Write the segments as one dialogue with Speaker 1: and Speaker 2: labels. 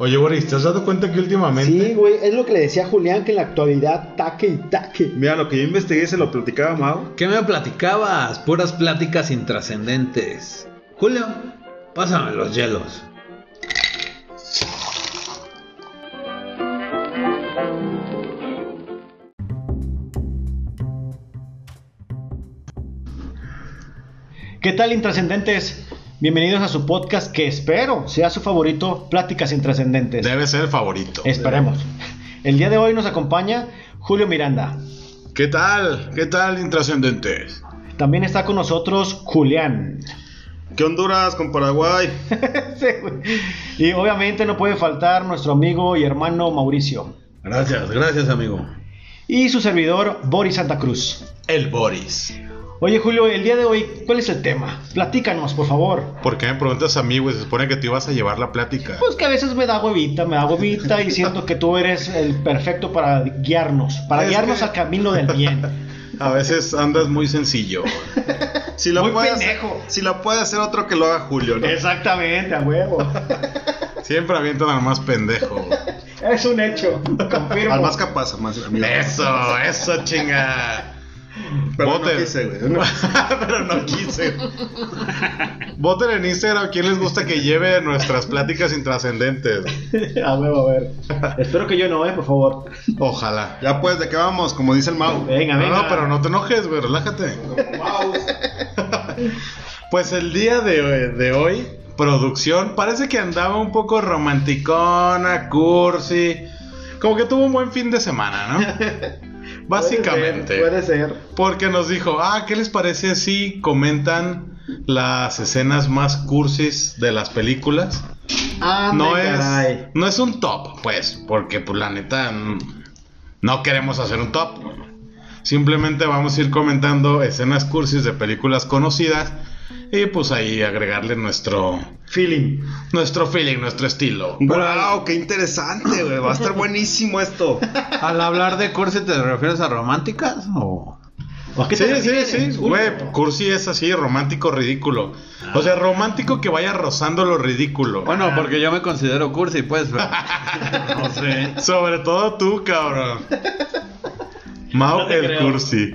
Speaker 1: Oye, Boris, ¿te has dado cuenta que últimamente?
Speaker 2: Sí, güey, es lo que le decía Julián, que en la actualidad taque y taque.
Speaker 3: Mira, lo que yo investigué se lo platicaba Mau.
Speaker 4: ¿Qué me platicabas? Puras pláticas intrascendentes. Julio, pásame los hielos.
Speaker 5: ¿Qué tal, intrascendentes? Bienvenidos a su podcast que espero sea su favorito, Pláticas Intrascendentes.
Speaker 1: Debe ser el favorito.
Speaker 5: Esperemos. El día de hoy nos acompaña Julio Miranda.
Speaker 1: ¿Qué tal? ¿Qué tal, intrascendentes?
Speaker 5: También está con nosotros Julián.
Speaker 3: ¿Qué Honduras con Paraguay?
Speaker 5: Sí, güey. y obviamente no puede faltar nuestro amigo y hermano Mauricio.
Speaker 4: Gracias, gracias, amigo.
Speaker 5: Y su servidor Boris Santa Cruz.
Speaker 1: El Boris.
Speaker 5: Oye Julio, el día de hoy, ¿cuál es el tema? Platícanos, por favor.
Speaker 1: ¿Por qué me preguntas a mí, güey? Se supone que te ibas a llevar la plática.
Speaker 5: Pues que a veces me da huevita, me da huevita y siento que tú eres el perfecto para guiarnos, para
Speaker 3: Es
Speaker 5: guiarnos
Speaker 3: que-
Speaker 5: al camino del bien.
Speaker 1: A veces andas muy sencillo.
Speaker 3: Si lo
Speaker 5: Muy
Speaker 3: puede
Speaker 5: pendejo.
Speaker 3: Hacer, si lo puede hacer otro que lo haga Julio, ¿no?
Speaker 5: Exactamente, a huevo.
Speaker 1: Siempre avientan al más pendejo.
Speaker 5: Es un hecho, confirmo.
Speaker 3: Al más capaz, al más amigo.
Speaker 1: Eso, eso, chinga.
Speaker 3: Pero no
Speaker 1: Voten.
Speaker 3: quise, güey. No.
Speaker 1: Pero no quise. Voten en Instagram quién les gusta que lleve nuestras pláticas intrascendentes.
Speaker 5: A huevo, a ver. Espero que yo no, eh, por favor.
Speaker 1: Ojalá.
Speaker 3: Ya pues, ¿de qué vamos? Como dice el Mau.
Speaker 5: Venga,
Speaker 1: No,
Speaker 5: venga.
Speaker 1: no, pero no te enojes, güey, relájate. Pues el día de, de hoy, producción, parece que andaba un poco romanticona, cursi. Como que tuvo un buen fin de semana, ¿no? Básicamente.
Speaker 5: Puede ser.
Speaker 1: Porque nos dijo, ah, ¿qué les parece si comentan las escenas más cursis de las películas?
Speaker 5: Ah,
Speaker 1: No es,
Speaker 5: caray.
Speaker 1: no es un top, pues, porque pues la neta mm, no queremos hacer un top. Simplemente vamos a ir comentando escenas cursis de películas conocidas y pues ahí agregarle nuestro
Speaker 5: Feeling.
Speaker 1: nuestro feeling, nuestro estilo.
Speaker 3: Wow, qué interesante, güey. Va a estar buenísimo esto.
Speaker 4: Al hablar de cursi, ¿te refieres a románticas? O...
Speaker 5: ¿A qué
Speaker 1: Sí,
Speaker 5: te
Speaker 1: sí,
Speaker 5: refieres,
Speaker 1: sí,
Speaker 5: Julio?
Speaker 1: güey, cursi es así, romántico, ridículo. O sea, romántico que vaya rozando lo ridículo.
Speaker 4: Bueno, porque yo me considero cursi, pues. pero- no sé.
Speaker 1: Sobre todo tú, cabrón. Mau
Speaker 5: No te
Speaker 1: el
Speaker 5: creo.
Speaker 1: cursi.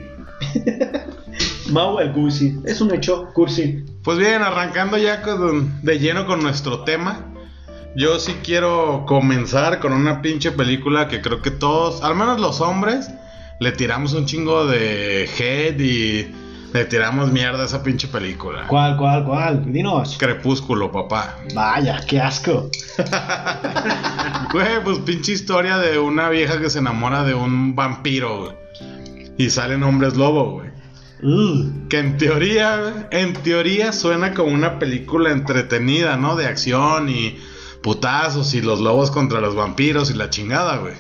Speaker 5: Mau el Cursi. Es un hecho, Cursi.
Speaker 1: Pues bien, arrancando ya con- de lleno con nuestro tema. Yo sí quiero comenzar con una pinche película que creo que todos, al menos los hombres, le tiramos un chingo de head y le tiramos mierda a esa pinche película.
Speaker 5: ¿Cuál, cuál, cuál? Dinos.
Speaker 1: Crepúsculo, papá.
Speaker 5: Vaya, qué asco.
Speaker 1: Güey, pues pinche historia de una vieja que se enamora de un vampiro, güey. Y salen hombres lobo, güey.
Speaker 5: Mm.
Speaker 1: Que en teoría, en teoría suena como una película entretenida, ¿no? De acción y putazos y los lobos contra los vampiros y la chingada, güey.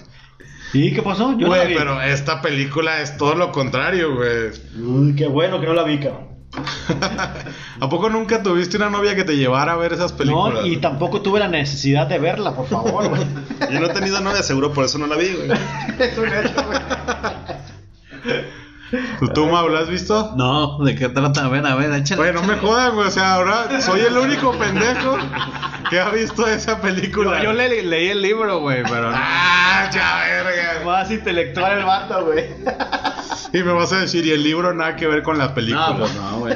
Speaker 5: ¿Y qué pasó? Yo no la
Speaker 1: Güey,
Speaker 5: vi.
Speaker 1: pero esta película es todo lo contrario, güey.
Speaker 5: Uy, qué bueno que no la vi, cabrón.
Speaker 1: ¿A poco nunca tuviste una novia que te llevara a ver esas películas?
Speaker 5: No, y tampoco tuve la necesidad de verla, por favor, güey.
Speaker 3: Yo no he tenido novia, seguro por eso no la vi, güey.
Speaker 5: Es un hecho, güey.
Speaker 1: Pues ¿Tú, Mau, la has visto?
Speaker 4: No, ¿de qué trata? Ven, a ver, échale.
Speaker 1: Güey, no me jodan, güey. O sea, ahora soy el único pendejo que ha visto esa película.
Speaker 4: Yo le- leí el libro, güey, pero no.
Speaker 1: ¡Ah, ya, verga!
Speaker 5: Más intelectual el vato, güey.
Speaker 1: Y me vas a decir, y el libro nada que ver con la película.
Speaker 4: No, pues no, güey.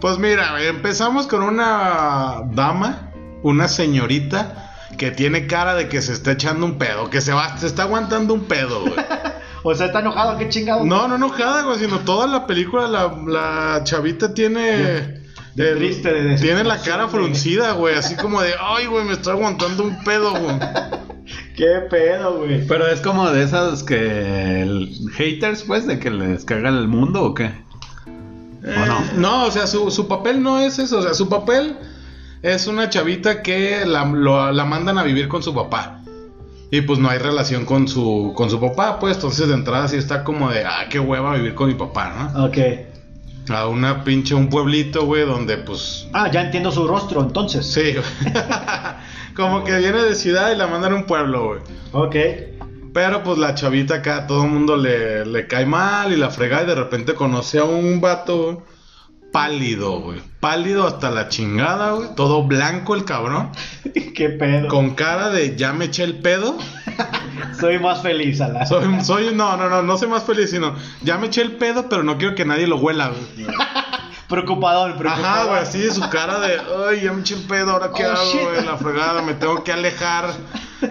Speaker 1: Pues mira, empezamos con una dama, una señorita, que tiene cara de que se está echando un pedo, que se va, se está aguantando un pedo, güey.
Speaker 5: O sea, está enojado, qué chingado.
Speaker 1: No, no enojada, güey, sino toda la película, la, la chavita tiene.
Speaker 5: de triste, de
Speaker 1: Tiene la
Speaker 5: desesperación,
Speaker 1: cara
Speaker 5: güey.
Speaker 1: fruncida, güey, así como de, ay, güey, me está aguantando un pedo, güey.
Speaker 5: Qué pedo, güey.
Speaker 4: Pero es como de esas que. el- haters, pues, de que les caga el mundo o qué. ¿O no?
Speaker 1: Eh, No, o sea, su, su papel no es eso. O sea, su papel es una chavita que la, lo- la mandan a vivir con su papá. Y pues no hay relación con su, con su papá, pues entonces de entrada sí está como de, ah, qué hueva vivir con mi papá,
Speaker 5: Ok.
Speaker 1: ¿no? A una pinche, un pueblito, güey, donde pues...
Speaker 5: Ah, ya entiendo su rostro, entonces.
Speaker 1: Sí, como que viene de ciudad y la mandan a un pueblo, güey.
Speaker 5: Ok.
Speaker 1: Pero pues la chavita acá, todo el mundo le, le cae mal y la frega y de repente conoce a un vato pálido, güey. Pálido hasta la chingada, güey. Todo blanco el cabrón.
Speaker 5: Qué pedo.
Speaker 1: Con cara de ya me eché el pedo.
Speaker 5: Soy más feliz, Alan.
Speaker 1: Soy, soy, no, no, no, no soy más feliz, sino ya me eché el pedo, pero no quiero que nadie lo huela, güey.
Speaker 5: Preocupador, preocupador.
Speaker 1: Ajá, güey, así de su cara de, ay, ya me eché el pedo, ahora qué
Speaker 5: Oh,
Speaker 1: hago,
Speaker 5: shit.
Speaker 1: güey, la fregada, me tengo que alejar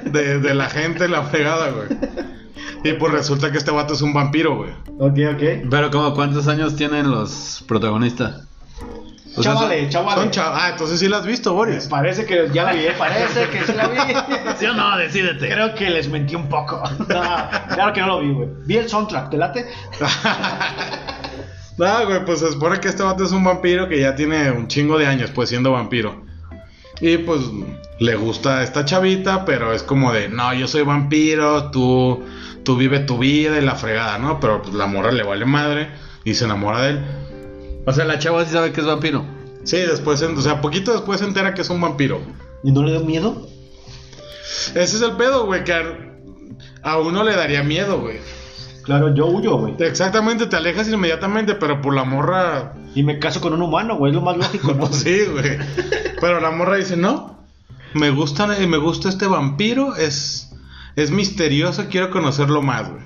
Speaker 1: de, de la gente, la fregada, güey. Y pues resulta que este vato es un vampiro, güey.
Speaker 5: Ok, ok.
Speaker 4: Pero como cuántos años tienen los protagonistas? O sea,
Speaker 5: Chavales, chavales.
Speaker 1: Son chavos. Ah, entonces sí la has visto, Boris.
Speaker 5: Parece que ya la vi, ¿eh? parece que sí la vi.
Speaker 4: son- ¿Sí o no? Decídete.
Speaker 5: Creo que les mentí un poco. No, claro que no lo vi, güey. Vi el soundtrack, ¿te late?
Speaker 1: No, güey, pues se supone que este vato es un vampiro que ya tiene un chingo de años, pues siendo vampiro. Y pues le gusta a esta chavita, pero es como de, no, yo soy vampiro, tú, tú vive tu vida y la fregada, ¿no? Pero pues la morra le vale madre y se enamora de él.
Speaker 4: O sea, la chava sí sabe que es vampiro.
Speaker 1: Sí, después, se- o sea, poquito después se entera que es un vampiro.
Speaker 5: ¿Y no le dio miedo?
Speaker 1: Ese es el pedo, güey, que a, a uno le daría miedo, güey.
Speaker 5: Claro, yo huyo, güey.
Speaker 1: Exactamente, te alejas inmediatamente, pero por la morra,
Speaker 5: Y me caso con un humano, güey. Es lo más lógico, ¿no?
Speaker 1: Pues sí, güey. Pero la morra dice, no, me gusta, me gusta este vampiro, es, es misterioso, quiero conocerlo más, güey.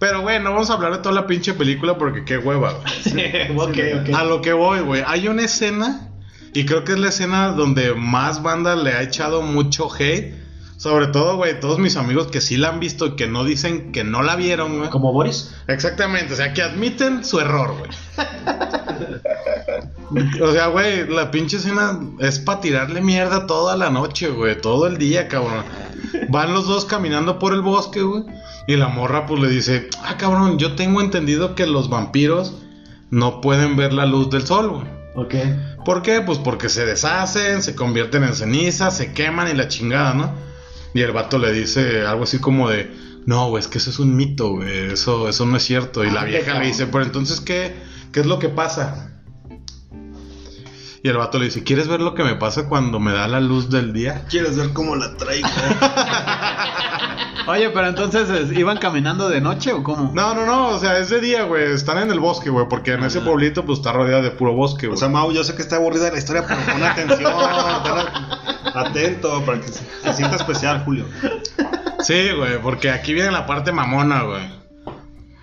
Speaker 1: Pero güey, no vamos a hablar de toda la pinche película porque qué hueva, güey.
Speaker 5: ok, ok. Ah,
Speaker 1: A lo que voy, güey. Hay una escena, y creo que es la escena donde más banda le ha echado mucho hate. Sobre todo, güey, todos mis amigos que sí la han visto y que no dicen que no la vieron, güey.
Speaker 5: ¿Como Boris?
Speaker 1: Exactamente, o sea, que admiten su error, güey. O sea, güey, la pinche escena es para tirarle mierda toda la noche, güey, todo el día, cabrón. Van los dos caminando por el bosque, güey, y la morra pues le dice, ah, cabrón, yo tengo entendido que los vampiros no pueden ver la luz del sol, güey.
Speaker 5: Ok.
Speaker 1: ¿Por qué? Pues porque se deshacen, se convierten en ceniza, se queman y la chingada, ¿no? Y el vato le dice algo así como de, no, güey, es que eso es un mito, güey, eso, eso no es cierto. Y la
Speaker 5: Ah, qué
Speaker 1: vieja le
Speaker 5: cabrón.
Speaker 1: dice, pero entonces, ¿qué, ¿qué es lo que pasa? Y el vato le dice, ¿quieres ver lo que me pasa cuando me da la luz del día?
Speaker 3: ¿Quieres ver cómo la traigo?
Speaker 4: Oye, pero entonces, ¿es- ¿iban caminando de noche o cómo?
Speaker 1: No, no, no, o sea, es de día, güey, están en el bosque, güey, porque en ese pueblito pues está rodeado de puro bosque,
Speaker 3: O
Speaker 1: güey.
Speaker 3: sea, Mau, yo sé que está aburrida la historia, pero pon atención. ten Atento para que se, se sienta especial, Julio.
Speaker 1: Sí, güey, porque aquí viene la parte mamona, güey.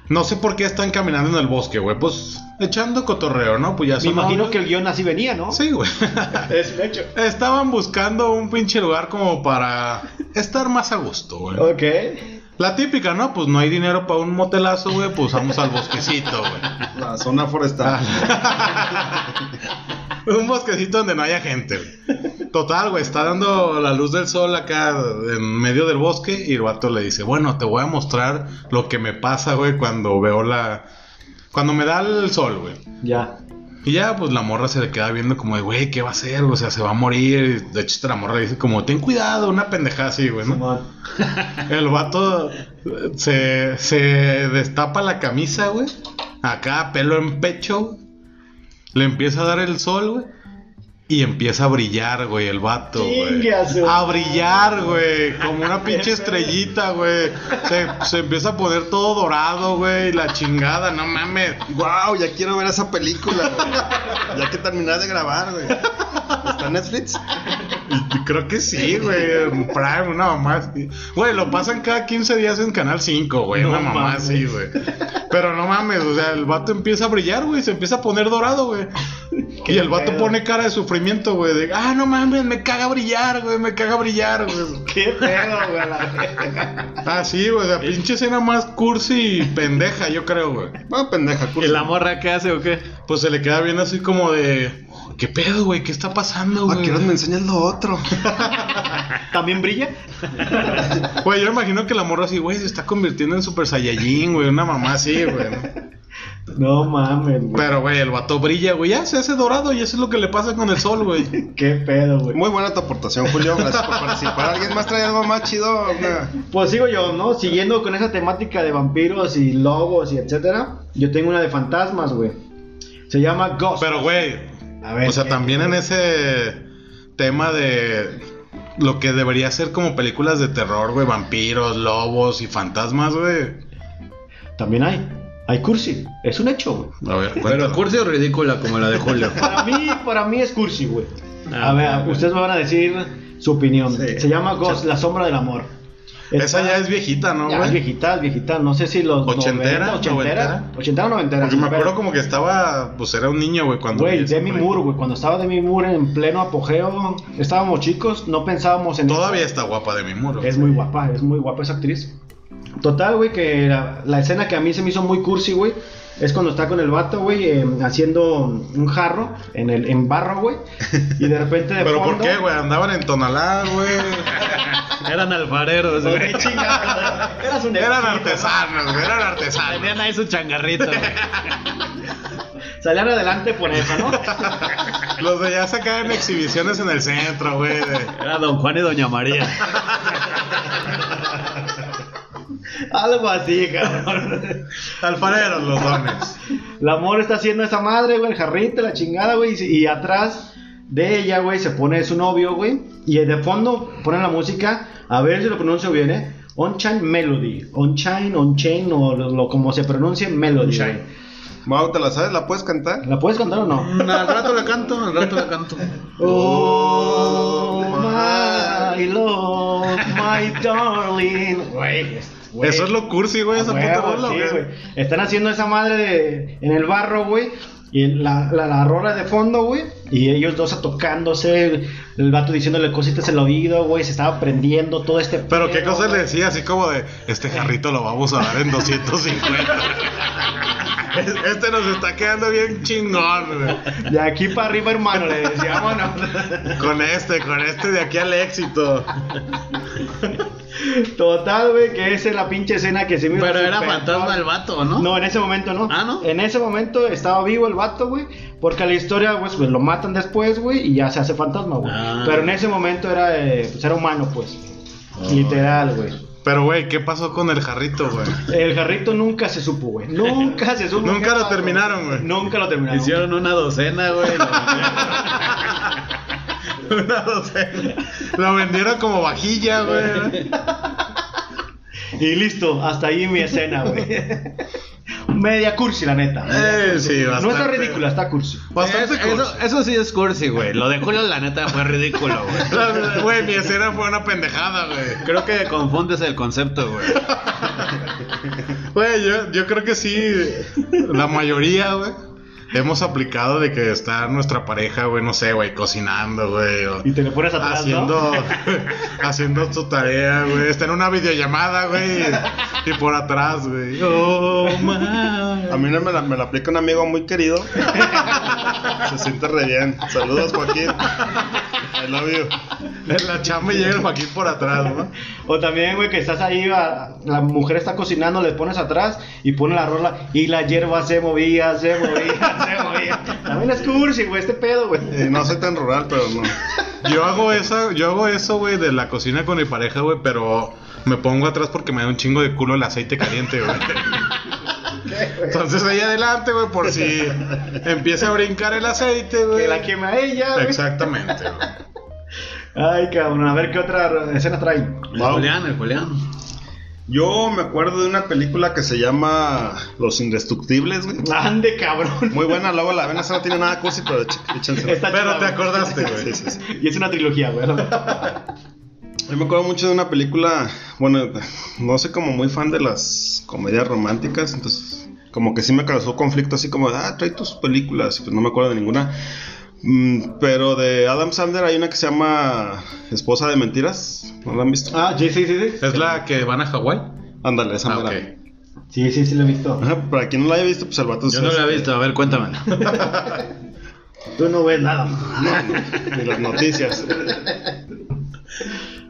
Speaker 1: No sé por qué están caminando en el bosque, güey. Pues echando cotorreo, ¿no? Pues ya
Speaker 5: Me
Speaker 1: son
Speaker 5: imagino
Speaker 1: novios.
Speaker 5: que el guión así venía, ¿no?
Speaker 1: Sí, güey.
Speaker 5: Es un hecho.
Speaker 1: Estaban buscando un pinche lugar como para estar más a gusto, güey.
Speaker 5: Ok.
Speaker 1: La típica, ¿no? Pues no hay dinero para un motelazo, güey. Pues vamos al bosquecito, güey.
Speaker 3: La zona
Speaker 4: Ah,
Speaker 3: forestal.
Speaker 1: Un bosquecito donde no haya gente, güey. Total, güey. Está dando la luz del sol acá en medio del bosque. Y el vato le dice: Bueno, te voy a mostrar lo que me pasa, güey, cuando veo la. Cuando me da el sol, güey.
Speaker 5: Ya.
Speaker 1: Y ya, pues la morra se le queda viendo como de, güey, ¿qué va a hacer? O sea, se va a morir. De hecho, la morra dice como, ten cuidado, una pendejada así, güey, ¿no? El vato eh, se, se destapa la camisa, güey. Acá, pelo en pecho. güey. Le empieza a dar el sol, güey. Y empieza a brillar, güey, el vato, güey.
Speaker 5: Chingue a su
Speaker 1: A
Speaker 5: madre.
Speaker 1: brillar, güey. Como una pinche estrellita, güey. Se, se empieza a poner todo dorado, güey. La chingada, no mames.
Speaker 3: Wow, ya quiero ver esa película, güey. Ya que terminas de grabar, güey. ¿Está en Netflix?
Speaker 1: Creo que
Speaker 3: Este,
Speaker 1: sí, güey. en Prime, una mamá así. Güey, lo pasan cada 15 días en Canal 5, güey.
Speaker 5: No
Speaker 1: una mamá
Speaker 5: mames.
Speaker 1: así, güey. Pero no mames, o sea, el vato empieza a brillar, güey. Se empieza a poner dorado, güey. Y el vato
Speaker 5: pedo.
Speaker 1: pone cara de sufrimiento, güey. De, ah, no mames, me caga brillar, güey. Me caga brillar, güey.
Speaker 5: Qué pedo, güey. la verga.
Speaker 1: Así, güey. La pinche escena más cursi y pendeja, yo creo, güey.
Speaker 3: Bueno, Ah, pendeja,
Speaker 4: ¿Y
Speaker 3: curso.
Speaker 4: la morra qué hace o qué?
Speaker 1: Pues se le queda bien así como de... ¿Qué pedo, güey? ¿Qué está pasando,
Speaker 3: ¿A
Speaker 1: güey?
Speaker 3: Ah, qué horas me enseñas lo otro?
Speaker 5: ¿También brilla?
Speaker 1: Güey, yo imagino que la morra así, güey, se está convirtiendo en Super Saiyajin, güey, una mamá así, güey. ¿no?
Speaker 5: No mames, güey.
Speaker 1: Pero, güey, el vato brilla, güey, ya se hace dorado y eso es lo que le pasa con el sol, güey.
Speaker 5: Qué pedo, güey.
Speaker 3: Muy buena tu aportación, Julio. Gracias por participar. ¿Alguien más trae algo más chido? Una-
Speaker 5: Pues sigo yo, ¿no? Siguiendo con esa temática de vampiros y lobos y etcétera, yo tengo una de fantasmas, güey. Se llama Ghost.
Speaker 1: Pero, güey,
Speaker 5: a ver,
Speaker 1: o sea,
Speaker 5: ¿qué?
Speaker 1: también en ese tema de lo que debería ser como películas de terror, güey, vampiros, lobos y fantasmas, güey.
Speaker 5: También hay. Hay cursi, es un hecho, güey.
Speaker 4: A ver, ¿Pero cursi o ridícula como la de Julio?
Speaker 5: Para mí, para mí es cursi, güey.
Speaker 4: Ah,
Speaker 5: A ver,
Speaker 4: güey.
Speaker 5: ustedes me van a decir su opinión.
Speaker 3: Sí.
Speaker 5: Se llama Ghost, La Sombra del Amor.
Speaker 1: Esa
Speaker 5: Está-
Speaker 1: ya es viejita, ¿no,
Speaker 5: ya es
Speaker 1: güey?
Speaker 5: viejita, es viejita. No sé si los.
Speaker 1: ¿Ochentera,
Speaker 5: 90, ochentera.
Speaker 1: noventera?
Speaker 5: Ochentera o noventera.
Speaker 1: Porque me
Speaker 5: pero-
Speaker 1: acuerdo como que estaba, pues era un niño, güey, cuando...
Speaker 5: Güey,
Speaker 1: vi esa
Speaker 5: Demi
Speaker 1: película.
Speaker 5: Moore, güey. Cuando estaba Demi Moore en pleno apogeo, estábamos chicos, no pensábamos en.
Speaker 1: Todavía está guapa Demi Moore. güey.
Speaker 5: Es muy guapa, es muy guapa esa actriz. Total, güey, que la, la escena que a mí se me hizo muy cursi, güey, es cuando está con el vato, güey, eh, haciendo un jarro en el en barro, güey, y de repente de
Speaker 1: ¿Pero por
Speaker 5: fondo-
Speaker 1: qué, güey? Andaban en Tonalá, güey.
Speaker 4: Eran alfareros, güey.
Speaker 5: Qué chingada, güey. Era su negocio,
Speaker 1: Eran
Speaker 5: güey.
Speaker 1: artesanos, güey, eran artesanos.
Speaker 4: Tenían ahí su changarrito. güey.
Speaker 5: Salían adelante por eso, ¿no?
Speaker 1: Los de allá sacaban exhibiciones en el centro, güey. de-
Speaker 4: Era Don Juan y Doña María.
Speaker 5: Algo así, cabrón.
Speaker 1: Alfareros los dones.
Speaker 5: El amor está haciendo esa madre, güey, el jarrito, la chingada, güey, y, y atrás de ella, güey, se pone su novio, güey, y de fondo ponen la música, a ver si lo pronuncio bien, ¿eh? On-Chain Melody, On-Chain, On-Chain, o lo, lo- como se pronuncie, Melody, güey.
Speaker 3: Mau, ¿te la sabes? ¿La puedes cantar?
Speaker 5: ¿La puedes cantar o no?
Speaker 4: al rato la canto, al rato la canto.
Speaker 5: Oh, my love, my darling. Güey, güey.
Speaker 1: Eso es lo cursi, güey, esa puta
Speaker 5: Huevo,
Speaker 1: rola,
Speaker 5: sí,
Speaker 1: güey.
Speaker 5: güey. Están haciendo esa madre de- en el barro, güey. Y la, la, la rola de fondo, güey. Y ellos dos tocándose. El, el vato diciéndole cositas en el oído, güey. Se estaba prendiendo todo este.
Speaker 1: Pero qué
Speaker 5: pedo,
Speaker 1: cosa le
Speaker 5: güey.
Speaker 1: decía, así como de, este jarrito lo vamos a dar en 250. Es- Este nos está quedando bien chingón, güey.
Speaker 5: De aquí para arriba, hermano, le decía, bueno.
Speaker 1: Con este, con este de aquí al éxito.
Speaker 5: Total, güey, que esa es la pinche escena que se me hizo
Speaker 4: Pero era
Speaker 5: súper
Speaker 4: fantasma
Speaker 5: mal.
Speaker 4: el vato, ¿no?
Speaker 5: No, en ese momento no.
Speaker 4: Ah, ¿no?
Speaker 5: En ese momento estaba vivo el vato, güey. Porque a la historia, güey, pues, lo matan después, güey, y ya se hace fantasma, güey.
Speaker 4: Ah.
Speaker 5: Pero en ese momento era, eh, pues, era humano, pues.
Speaker 4: Oh.
Speaker 5: Literal, güey.
Speaker 1: Pero, güey, ¿qué pasó con el jarrito, güey?
Speaker 5: El jarrito nunca se supo, güey. Nunca se supo.
Speaker 1: Nunca
Speaker 5: qué
Speaker 1: lo
Speaker 5: pasó.
Speaker 1: terminaron, güey.
Speaker 5: Nunca lo terminaron.
Speaker 4: Hicieron una docena, güey.
Speaker 1: Una docena. Lo vendieron como vajilla, güey.
Speaker 5: Y listo, hasta ahí mi escena, güey. Media cursi, la neta.
Speaker 1: Eh, sí,
Speaker 5: no está
Speaker 1: bastante.
Speaker 5: ridícula, está cursi.
Speaker 1: Bastante
Speaker 4: Es-
Speaker 1: cursi.
Speaker 4: Eh, eso, eso sí es cursi, güey. Lo de Julio, la neta, fue ridículo, güey.
Speaker 1: La- Güey, mi escena fue una pendejada, güey.
Speaker 4: Creo que confundes el concepto, güey.
Speaker 1: Güey, yo, yo creo que sí. La mayoría, güey. Hemos aplicado de que está nuestra pareja, güey, no sé, güey, cocinando, güey. o
Speaker 5: Y te le pones atrás, ¿no?
Speaker 1: Haciendo, haciendo su tarea, güey. Está en una videollamada, güey. Y por atrás, güey. Oh, man.
Speaker 3: A mí no me la, me la aplica un amigo muy querido. Se siente re bien. Saludos, Joaquín. I love you.
Speaker 1: En la chamba llega el Joaquín por atrás, ¿no?
Speaker 5: O también, güey, que estás ahí, va- la mujer está cocinando, le pones atrás y pone la rola y la hierba se movía, se movía, se movía. También es cursi, güey, este pedo, güey.
Speaker 3: Eh, no soy tan rural, pero no.
Speaker 1: Yo hago esa, yo hago eso, güey, de la cocina con mi pareja, güey, pero me pongo atrás porque me da un chingo de culo el aceite caliente, güey. Entonces ahí adelante, güey, por si empieza a brincar el aceite, güey.
Speaker 5: Que la quema ella, güey.
Speaker 1: Exactamente, güey.
Speaker 5: Ay, cabrón, a ver qué otra escena trae.
Speaker 4: El
Speaker 3: Wow.
Speaker 4: Julián, el Julián.
Speaker 3: Yo me acuerdo de una película que se llama Los Indestructibles, güey.
Speaker 5: Ande, cabrón.
Speaker 3: Muy buena, luego la ven, esa no tiene nada cursi, pero ch- échensela.
Speaker 5: Está
Speaker 1: Pero
Speaker 5: chida,
Speaker 1: te
Speaker 5: güey.
Speaker 1: acordaste,
Speaker 3: Sí,
Speaker 1: güey.
Speaker 3: sí, sí.
Speaker 5: Y es una trilogía, güey.
Speaker 3: Yo me acuerdo mucho de una película, bueno, no soy como muy fan de las comedias románticas, entonces como que sí me causó conflicto así como, ah, trae tus películas, y pues no me acuerdo de ninguna. Mm, pero de Adam Sandler hay una que se llama Esposa de Mentiras, ¿no la han visto?
Speaker 5: Ah, sí, sí, sí.
Speaker 1: ¿Es la que van a Hawái?
Speaker 3: Ándale, esa
Speaker 1: Ah,
Speaker 3: mera.
Speaker 1: ok.
Speaker 5: Sí, sí, sí, lo he visto.
Speaker 3: Ajá, para quien no la haya visto, pues el vato
Speaker 4: Yo no
Speaker 3: es-
Speaker 4: lo he visto, a ver, cuéntamela.
Speaker 5: Tú no ves nada.
Speaker 3: de las noticias.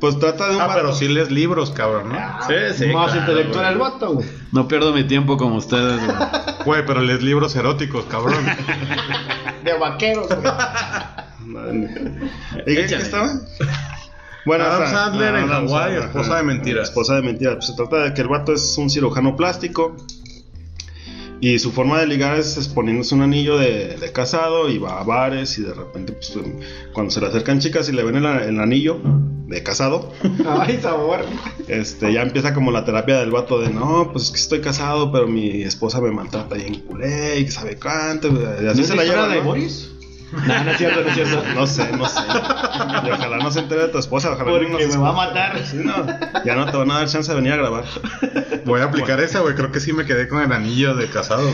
Speaker 3: Pues trata de un
Speaker 1: Ah,
Speaker 3: vato-
Speaker 1: pero sí lees libros, cabrón, ¿no?
Speaker 4: Sí, sí,
Speaker 5: Más
Speaker 4: claro,
Speaker 5: intelectual
Speaker 4: güey.
Speaker 5: el vato, güey.
Speaker 4: No pierdo mi tiempo como ustedes, güey.
Speaker 1: Güey, pero lees libros eróticos, cabrón.
Speaker 5: De vaqueros, güey.
Speaker 3: Madre mía. ¿Y qué- qué
Speaker 4: Échale.
Speaker 3: estaba? Bueno,
Speaker 1: Adam
Speaker 3: o sea,
Speaker 1: Sandler en
Speaker 3: Adam
Speaker 1: Hawái,
Speaker 3: Sandler,
Speaker 1: esposa
Speaker 3: ajá,
Speaker 1: de mentiras.
Speaker 3: Esposa de mentiras. Pues se trata de que el vato es un cirujano plástico. Y su forma de ligar es es poniéndose un anillo de, de casado y va a bares y de repente pues, em, cuando se le acercan chicas y le ven el, a- el anillo,
Speaker 1: de casado.
Speaker 5: Ay, sabor.
Speaker 1: Este, ya empieza como la terapia del vato de no, pues es que estoy casado, pero mi esposa me maltrata y en culé, y que sabe cuánto. Y así
Speaker 5: ¿No es
Speaker 1: se la
Speaker 5: historia
Speaker 1: lleva
Speaker 5: de
Speaker 1: ¿no?
Speaker 5: Boris? No, no es cierto, no es cierto.
Speaker 1: No sé, no sé. Y ojalá no se entere de tu esposa, ojalá
Speaker 5: Porque
Speaker 1: no nos
Speaker 5: me va
Speaker 1: escuche.
Speaker 5: a matar.
Speaker 1: Sí, no, ya no te van a dar chance de venir a grabar.
Speaker 6: Voy a aplicar esa, güey. Creo que sí me quedé con el anillo de casado.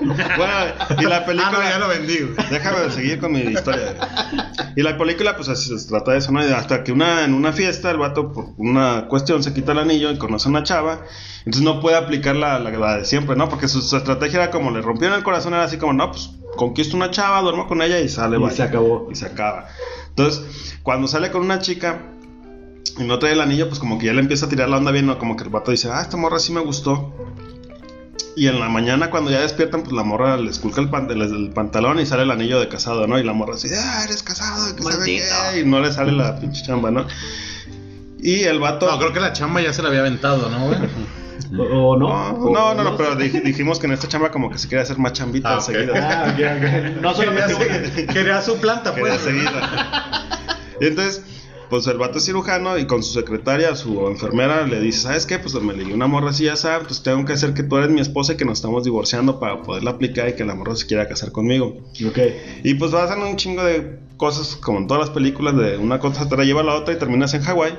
Speaker 1: Bueno, y la película.
Speaker 6: Ah, no, ya lo vendí, güey.
Speaker 1: Déjame seguir con mi historia. güey. Y la película, pues así se trata de eso, ¿no? Hasta que una, en una fiesta, el vato, por una cuestión, se quita el anillo y conoce a una chava. Entonces no puede aplicar la, la- la de siempre, ¿no? Porque su, su estrategia era como le rompieron el corazón, era así como, no, pues conquisto una chava, duermo con ella y sale,
Speaker 5: Y
Speaker 1: bye.
Speaker 5: se acabó.
Speaker 1: Y se acaba. Entonces, cuando sale con una chica y no trae el anillo, pues como que ya le empieza a tirar la onda bien, ¿no? Como que el vato dice, ah, esta morra sí me gustó. Y en la mañana cuando ya despiertan, pues la morra les culca el, pan- el- el pantalón y sale el anillo de casado, ¿no? Y la morra así, ah, eres casado, que sabe qué", Y no le sale la pinche chamba, ¿no? Y el vato...
Speaker 6: No, creo que la chamba ya se la había aventado, ¿no, güey?
Speaker 5: ¿O, o no?
Speaker 1: no,
Speaker 5: ¿O
Speaker 1: no, no, no, pero dij- dijimos que en esta chamba como que se quiere hacer más chambita
Speaker 6: Ah, ok.
Speaker 1: enseguida.
Speaker 5: Ah, ok, ok. No solamente Boris.
Speaker 6: Quería su planta,
Speaker 1: Quería
Speaker 6: pues.
Speaker 1: seguirla. Y entonces, pues el vato es cirujano y con su secretaria, su enfermera, le dice, ¿sabes qué? Pues me leí una morra así, ya sabes, pues tengo que hacer que tú eres mi esposa y que nos estamos divorciando para poderla aplicar y que la morra se quiera casar conmigo.
Speaker 5: Ok.
Speaker 1: Y pues vas un chingo de cosas, como en todas las películas, de una cosa te la lleva a la otra y terminas en Hawái.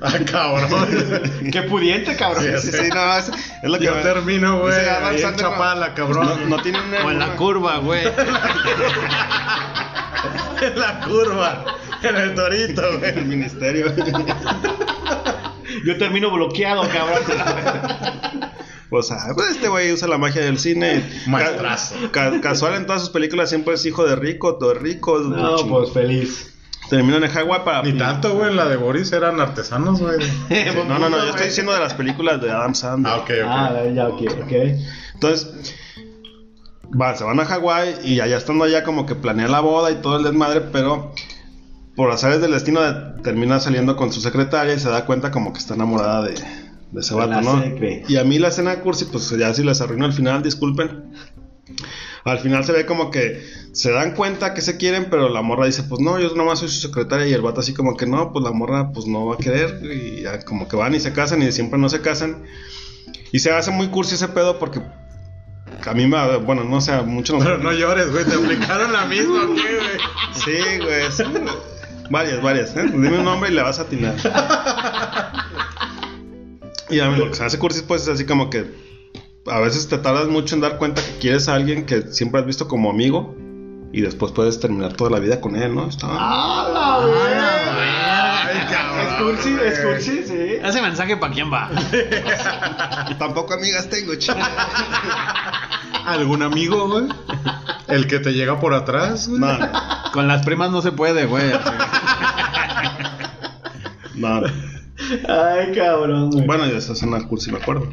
Speaker 6: Ah, cabrón.
Speaker 5: Qué pudiente, cabrón.
Speaker 1: Sí, sí, no, es, es lo que...
Speaker 6: Yo termino, güey.
Speaker 1: Dice,
Speaker 6: ahí en
Speaker 1: avanzando con-
Speaker 6: Chapala,
Speaker 1: No,
Speaker 6: cabrón.
Speaker 1: no tiene una...
Speaker 4: O en la curva, güey.
Speaker 6: En la curva. En el torito,
Speaker 1: en el
Speaker 6: güey.
Speaker 1: ministerio.
Speaker 5: Yo termino bloqueado, cabrón.
Speaker 1: Pues, ah, pues, este güey usa la magia del cine.
Speaker 6: Maestrazo.
Speaker 1: Ca- casual en todas sus películas siempre es hijo de rico, todo rico.
Speaker 5: No,
Speaker 1: chingón.
Speaker 5: pues feliz.
Speaker 1: Terminan en Hawái para.
Speaker 6: Ni tanto, güey. En la de Boris eran artesanos, güey.
Speaker 1: Sí, no, no, no, yo estoy diciendo de las películas de Adam Sandler.
Speaker 6: Ah, ok, ok.
Speaker 5: Ah, ya, ok, ok.
Speaker 1: Entonces, va, se van a Hawái y allá estando allá como que planea la boda y todo el desmadre, pero por azares del destino de- termina saliendo con su secretaria y se da cuenta como que está enamorada de, de ese
Speaker 5: De
Speaker 1: vato,
Speaker 5: la
Speaker 1: ¿no?
Speaker 5: secre.
Speaker 1: Y a mí la escena cursi, pues ya si les arruino el final, disculpen. Al final se ve como que se dan cuenta que se quieren, pero la morra dice, pues no, yo nomás soy su secretaria y el vato así como que no, pues la morra pues no va a querer y ya como que van y se casan y siempre no se casan. Y se hace muy cursi ese pedo porque a mí me, bueno, no sé, a muchos nos-
Speaker 6: Pero no llores, güey. Te aplicaron la misma, ¿o qué, güey.
Speaker 1: Sí, güey. sí, güey. Varias, varias. ¿eh? Dime un nombre y le vas a atinar. Y a mí lo que se me hace cursis, pues es así como que a veces te tardas mucho en dar cuenta que quieres a alguien que siempre has visto como amigo y después puedes terminar toda la vida con él, ¿no? Está-
Speaker 6: Ay, cabrón.
Speaker 5: Es cursi, es cursi, sí.
Speaker 4: Ese mensaje para quién va.
Speaker 1: Tampoco amigas tengo, chica.
Speaker 6: ¿Algún amigo, güey? El que te llega por atrás, güey.
Speaker 1: No, no,
Speaker 4: Con las primas no se puede, güey.
Speaker 1: no, no.
Speaker 5: Ay, cabrón, güey.
Speaker 1: Bueno, ya esa es una cursi, me acuerdo.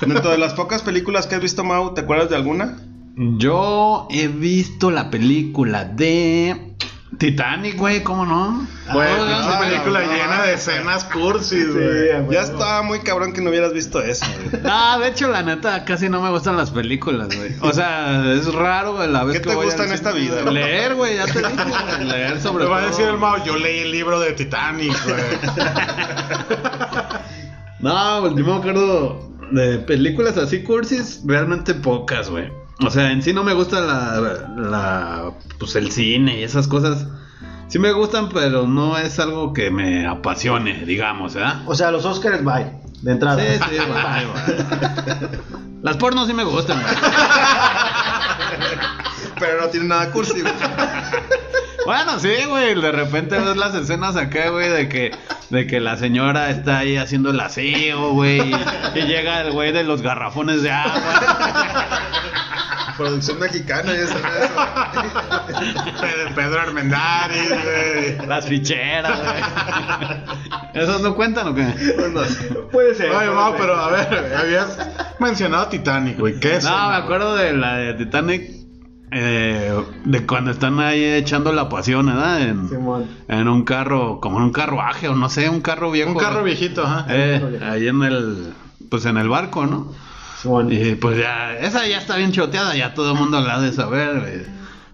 Speaker 1: Dentro de las pocas películas que has visto, Mau, ¿te acuerdas de alguna?
Speaker 4: Yo he visto la película de Titanic, güey, ¿cómo no?
Speaker 6: Güey,
Speaker 4: Ah,
Speaker 6: pinche
Speaker 4: ah,
Speaker 6: película
Speaker 1: no,
Speaker 6: llena
Speaker 1: no.
Speaker 6: de escenas cursis,
Speaker 5: Sí,
Speaker 6: güey.
Speaker 5: güey.
Speaker 1: Ya estaba muy cabrón que no hubieras visto eso, güey.
Speaker 4: No, de hecho, la neta, casi no me gustan las películas, güey. O sea, es raro, güey, la vez
Speaker 1: ¿Qué
Speaker 4: que
Speaker 1: te
Speaker 4: voy
Speaker 1: gusta
Speaker 4: al
Speaker 1: en esta
Speaker 4: cine.
Speaker 1: vida?
Speaker 4: Leer, güey, ya te dije, güey, leer sobre
Speaker 6: Me va a
Speaker 4: todo.
Speaker 6: decir el Mao, yo leí el libro de Titanic, güey.
Speaker 4: No, pues yo me acuerdo de películas así cursis, realmente pocas, güey. O sea, en sí no me gusta la, la, pues el cine y esas cosas. Sí me gustan, pero no es algo que me apasione, digamos, ¿verdad?
Speaker 5: O sea, los Oscars, bye. De entrada.
Speaker 4: Sí, sí, va, va. Las pornos sí me gustan, güey.
Speaker 1: Pero no tiene nada cursi, güey.
Speaker 4: Bueno, sí, güey, de repente ves las escenas acá, güey, de que, de que la señora está ahí haciendo el aseo, güey, y, y llega el güey de los garrafones de agua.
Speaker 1: Producción mexicana, ya sabes.
Speaker 6: Pedro- Pedro Armendáriz, güey.
Speaker 4: Las ficheras, güey. ¿Esas no cuentan o qué?
Speaker 5: Puede ser.
Speaker 6: Oye,
Speaker 5: puede
Speaker 6: Mao,
Speaker 5: ser.
Speaker 6: pero a ver, habías mencionado Titanic, güey. ¿Qué es?
Speaker 4: No, me acuerdo de la de Titanic, eh, de cuando están ahí echando la pasión, ¿verdad? En,
Speaker 5: Simón.
Speaker 4: en un carro, como en un carruaje o no sé, un carro viejo.
Speaker 6: Un carro
Speaker 4: güey.
Speaker 6: viejito, ajá.
Speaker 4: Eh, ahí en el, pues en el barco, ¿no?
Speaker 5: Simón.
Speaker 4: Y pues ya, esa ya está bien choteada, ya todo el mundo la ha de saber, güey.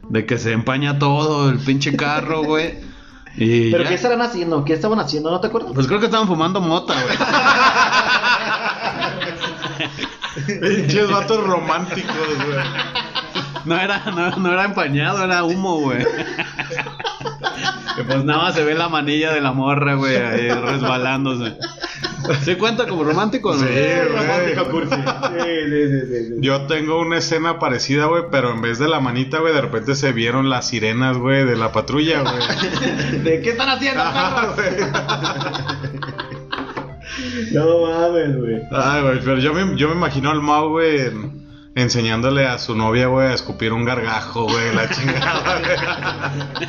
Speaker 4: De que se empaña todo el pinche carro, güey. Y
Speaker 5: Pero
Speaker 4: ya.
Speaker 5: ¿qué estarán haciendo? ¿Qué estaban haciendo? ¿No te acuerdas?
Speaker 4: Pues creo que estaban fumando mota, güey.
Speaker 1: Pinches vatos románticos, güey.
Speaker 4: No era, no, no era empañado, era humo, güey. Que pues nada más se ve la manilla de la morra, güey, ahí resbalándose. ¿Se cuenta como romántico? no?
Speaker 1: Sí, güey.
Speaker 5: Romántico, cursi. Sí, sí, sí, sí.
Speaker 1: Yo tengo una escena parecida, güey, pero en vez de la manita, güey, de repente se vieron las sirenas, güey, de la patrulla, güey.
Speaker 5: ¿De qué están haciendo?
Speaker 1: Ajá,
Speaker 5: perros?
Speaker 1: güey.
Speaker 5: No mames, güey.
Speaker 1: Ay, güey, pero yo me, yo me imagino al Mau, güey, en- enseñándole a su novia, güey, a escupir un gargajo, güey, la chingada, güey.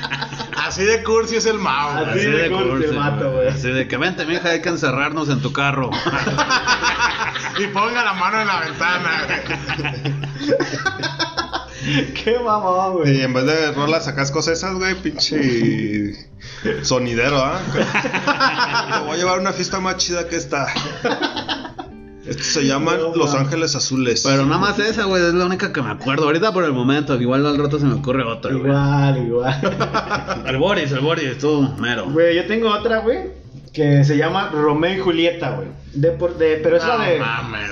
Speaker 1: Así de cursi es el Mau, güey.
Speaker 5: Así de cursi el
Speaker 4: cursi,
Speaker 5: vato, güey.
Speaker 4: Así de que vente, mija, hay que encerrarnos en tu carro.
Speaker 1: Y ponga la mano en la ventana, güey.
Speaker 5: Qué mamón, güey.
Speaker 3: Y en vez de rolas a cascos esas, güey, pinche sonidero, ¿ah? Me voy a llevar a una fiesta más chida que esta. Estos se llaman
Speaker 5: No,
Speaker 3: Los
Speaker 5: man.
Speaker 3: Ángeles Azules.
Speaker 4: Pero nada más esa, güey, es la única que me acuerdo. Ahorita por el momento, que igual al rato se me ocurre otra, güey.
Speaker 5: Igual, igual.
Speaker 4: El Boris, el Boris, tú, mero.
Speaker 5: Güey, yo tengo otra, güey, que se llama Romeo y Julieta, güey. De, por- de- pero es la
Speaker 4: Ah,
Speaker 5: de.
Speaker 1: mames.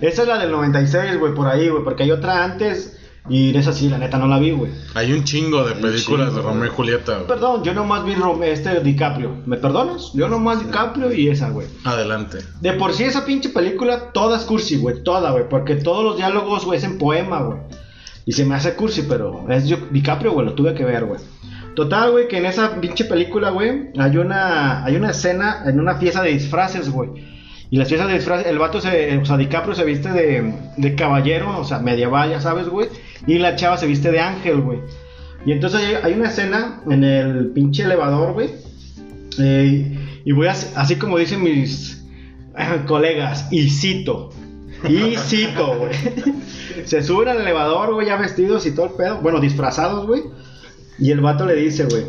Speaker 5: Esa es la del 96, güey, por ahí, güey, porque hay otra antes y esa sí, la neta, no la vi, güey.
Speaker 1: Hay un chingo de películas
Speaker 4: chingo,
Speaker 1: de Romeo y Julieta, güey.
Speaker 5: Perdón, yo nomás vi Rom- este DiCaprio. ¿Me perdonas? Yo nomás DiCaprio y esa, güey.
Speaker 1: Adelante.
Speaker 5: De por sí esa pinche película, toda es cursi, güey, toda, güey, porque todos los diálogos, güey, es en poema, güey. Y se me hace cursi, pero es yo, DiCaprio, güey, lo tuve que ver, güey. Total, güey, que en esa pinche película, güey, hay una, hay una escena en una fiesta de disfraces, güey. Y las fiestas de disfraces, el vato se, o sea, DiCaprio se viste de, de caballero, o sea, medieval, ya sabes, güey. Y la chava se viste de ángel, güey. Y entonces hay, hay una escena en el pinche elevador, güey. Eh, y voy a- así como dicen mis ah, colegas, y cito. Y cito, güey. Se suben al elevador, güey, ya vestidos y todo el pedo. Bueno, disfrazados, güey. Y el vato le dice, güey.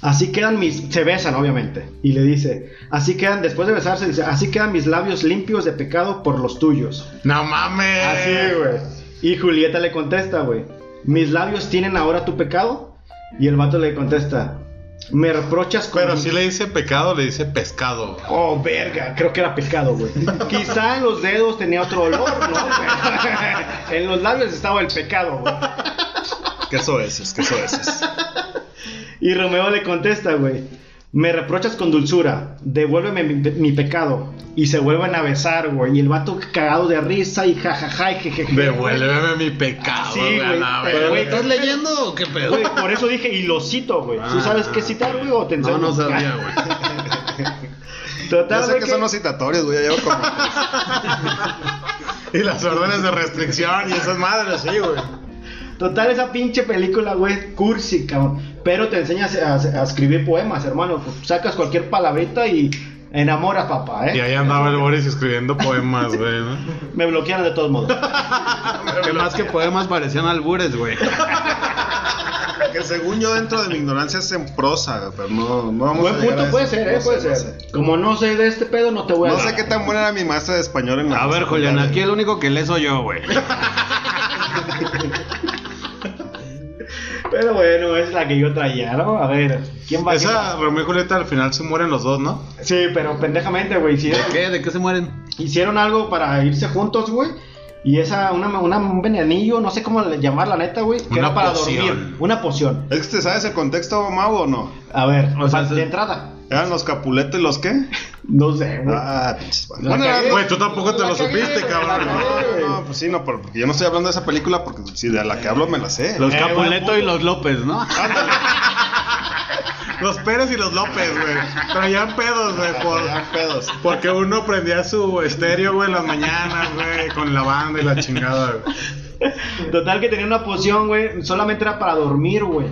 Speaker 5: Así quedan mis. Se besan, obviamente. Y le dice. Así quedan, después de besarse, dice. Así quedan mis labios limpios de pecado por los tuyos.
Speaker 1: No mames.
Speaker 5: Así, güey. Y Julieta le contesta, güey. Mis labios tienen ahora tu pecado. Y el vato le contesta. Me reprochas con
Speaker 1: Pero si le dice pecado, le dice pescado.
Speaker 5: Oh, verga, creo que era pescado, güey. Quizá en los dedos tenía otro olor, ¿no? güey? en los labios estaba el pecado, güey.
Speaker 3: Queso esos, queso esos.
Speaker 5: Y Romeo le contesta, güey. Me reprochas con dulzura, devuélveme mi, mi pecado. Y se vuelven a besar, güey. Y el vato cagado de risa y jajaja y jejeje.
Speaker 1: Devuélveme mi pecado,
Speaker 5: Sí,
Speaker 1: güey. a
Speaker 5: güey,
Speaker 1: la
Speaker 5: pero,
Speaker 1: verga.
Speaker 5: güey,
Speaker 4: ¿Estás leyendo o qué pedo?
Speaker 5: Güey, por eso dije, y lo cito, güey. ¿Sí
Speaker 4: Ah.
Speaker 5: sabes qué citar, güey? O te
Speaker 4: No,
Speaker 5: enseño?
Speaker 4: no sabía, güey.
Speaker 5: Total,
Speaker 3: Ya sé
Speaker 5: güey,
Speaker 3: que
Speaker 5: que-
Speaker 3: son los citatorios, güey. Ya llevo como.
Speaker 1: Y las órdenes de restricción y esas madres, sí, güey.
Speaker 5: Total, esa pinche película, güey, cursi, cabrón. Pero te enseñas a, a escribir poemas, hermano. Sacas cualquier palabrita y enamoras, papá,
Speaker 1: Y
Speaker 5: ¿eh?
Speaker 1: ahí andaba el Boris escribiendo poemas, güey. ¿no?
Speaker 5: Me bloquearon de todos modos.
Speaker 4: Que más que poemas parecían albures, güey.
Speaker 3: Que según yo, dentro de mi ignorancia es en prosa, pero no, no vamos
Speaker 5: Buen
Speaker 3: a llegar
Speaker 5: punto,
Speaker 3: a eso.
Speaker 5: puede ser, ¿eh?
Speaker 3: No
Speaker 5: Puede
Speaker 3: sé, no
Speaker 5: ser.
Speaker 3: sé.
Speaker 5: Como no sé de este pedo, no te voy a
Speaker 3: No
Speaker 5: dar.
Speaker 3: sé qué tan buena era mi maestra de español en la.
Speaker 4: A ver, Julián, aquí el único que le soy yo, güey.
Speaker 5: Pero bueno, es la que yo traía, ¿no? A ver, ¿quién va
Speaker 1: Esa
Speaker 5: quién
Speaker 1: Romeo y Julieta al final se mueren los dos, ¿no?
Speaker 5: va? Sí, pero pendejamente, güey.
Speaker 4: ¿De
Speaker 5: Hicieron,
Speaker 4: qué? ¿De qué se mueren?
Speaker 5: hicieron algo para irse juntos, güey. Y esa, una, una- un venenillo, no sé cómo le- llamar la neta, güey. Que
Speaker 1: Una
Speaker 5: era para
Speaker 1: poción.
Speaker 5: dormir. Una poción.
Speaker 3: Es que te sabes el contexto, Mau, o no?
Speaker 5: A ver,
Speaker 4: O sea,
Speaker 5: pa-
Speaker 4: se-
Speaker 5: de entrada.
Speaker 3: ¿Eran los Capuleto y los qué?
Speaker 5: No sé, güey.
Speaker 3: Ah, pinches bandas.
Speaker 5: La
Speaker 3: Bueno,
Speaker 5: cagué.
Speaker 3: eran-
Speaker 1: Güey, tú tampoco te
Speaker 5: La
Speaker 1: lo
Speaker 5: cagué,
Speaker 1: supiste,
Speaker 5: güey,
Speaker 1: cabrón.
Speaker 5: la cagué, güey.
Speaker 3: No, pues sí, no, pero- porque yo no estoy hablando de esa película porque si de la que hablo me la sé.
Speaker 4: Los
Speaker 5: Eh,
Speaker 4: Capuleto y los López, ¿no?
Speaker 1: Los Pérez y los López, güey. Traían pedos, güey, por-
Speaker 3: Ah, pedos.
Speaker 1: porque uno prendía su estéreo, güey, en las mañanas, güey, con la banda y la chingada, güey.
Speaker 5: Total que tenía una poción, güey. Solamente era para dormir, güey.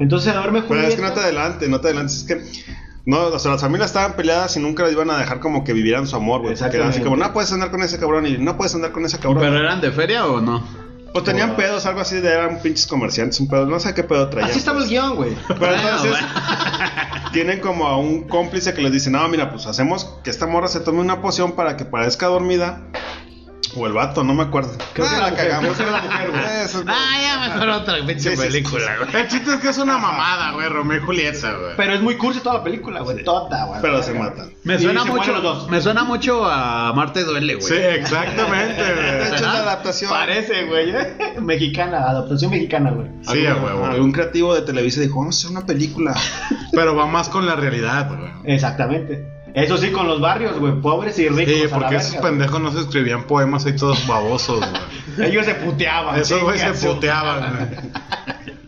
Speaker 5: Entonces se duerme
Speaker 3: Pero
Speaker 5: Julieta.
Speaker 3: es que no te adelante, no te adelantes, es que. No, o sea, las familias estaban peleadas y nunca iban a dejar como que vivieran su amor, güey. Porque era así como,
Speaker 5: Exactamente.
Speaker 3: no puedes andar con ese cabrón y no puedes andar con ese cabrón.
Speaker 4: ¿Pero eran de feria o no?
Speaker 3: Pues tenían pedos, algo así de eran pinches comerciantes, un pedo, no sé qué pedo traían.
Speaker 5: Así estaba el guión, güey.
Speaker 3: Pero entonces
Speaker 4: Bueno,
Speaker 3: tienen como a un cómplice que les dice, no, mira, pues hacemos que esta morra se tome una poción para que parezca dormida O el vato, no me acuerdo.
Speaker 5: Creo que
Speaker 3: Ah,
Speaker 5: era mujer, creo que era
Speaker 3: mujer, Eso es-
Speaker 4: Ah, ya me acuerdo otra pinche
Speaker 3: Sí, sí, sí,
Speaker 4: película, güey.
Speaker 1: El chiste es que es una mamada, güey, Romeo y Julieta, güey.
Speaker 5: Pero es muy cursi toda la película, güey. Toda, güey.
Speaker 3: Pero se matan.
Speaker 4: Me
Speaker 5: Y
Speaker 4: suena,
Speaker 5: se mueren
Speaker 4: mucho,
Speaker 5: los dos.
Speaker 4: me suena mucho a Marte Duele, güey.
Speaker 1: Sí, exactamente,
Speaker 3: De hecho,
Speaker 1: güey.
Speaker 3: es la adaptación.
Speaker 5: Parece, güey. ¿eh? Mexicana, adaptación mexicana, güey.
Speaker 1: Sí, a
Speaker 3: Algún-
Speaker 1: huevo.
Speaker 3: Algún creativo de Televisa dijo, vamos a hacer una película.
Speaker 1: Pero va más con la realidad, güey.
Speaker 5: Exactamente. Eso sí, con los barrios, güey. Pobres y
Speaker 3: pues,
Speaker 5: ricos.
Speaker 1: Sí,
Speaker 5: a la
Speaker 1: porque
Speaker 5: verga,
Speaker 1: esos
Speaker 5: güey.
Speaker 1: pendejos no se escribían poemas ahí todos babosos, güey.
Speaker 5: Ellos se puteaban.
Speaker 1: Esos güey se
Speaker 5: chingas, güey.
Speaker 1: puteaban, güey.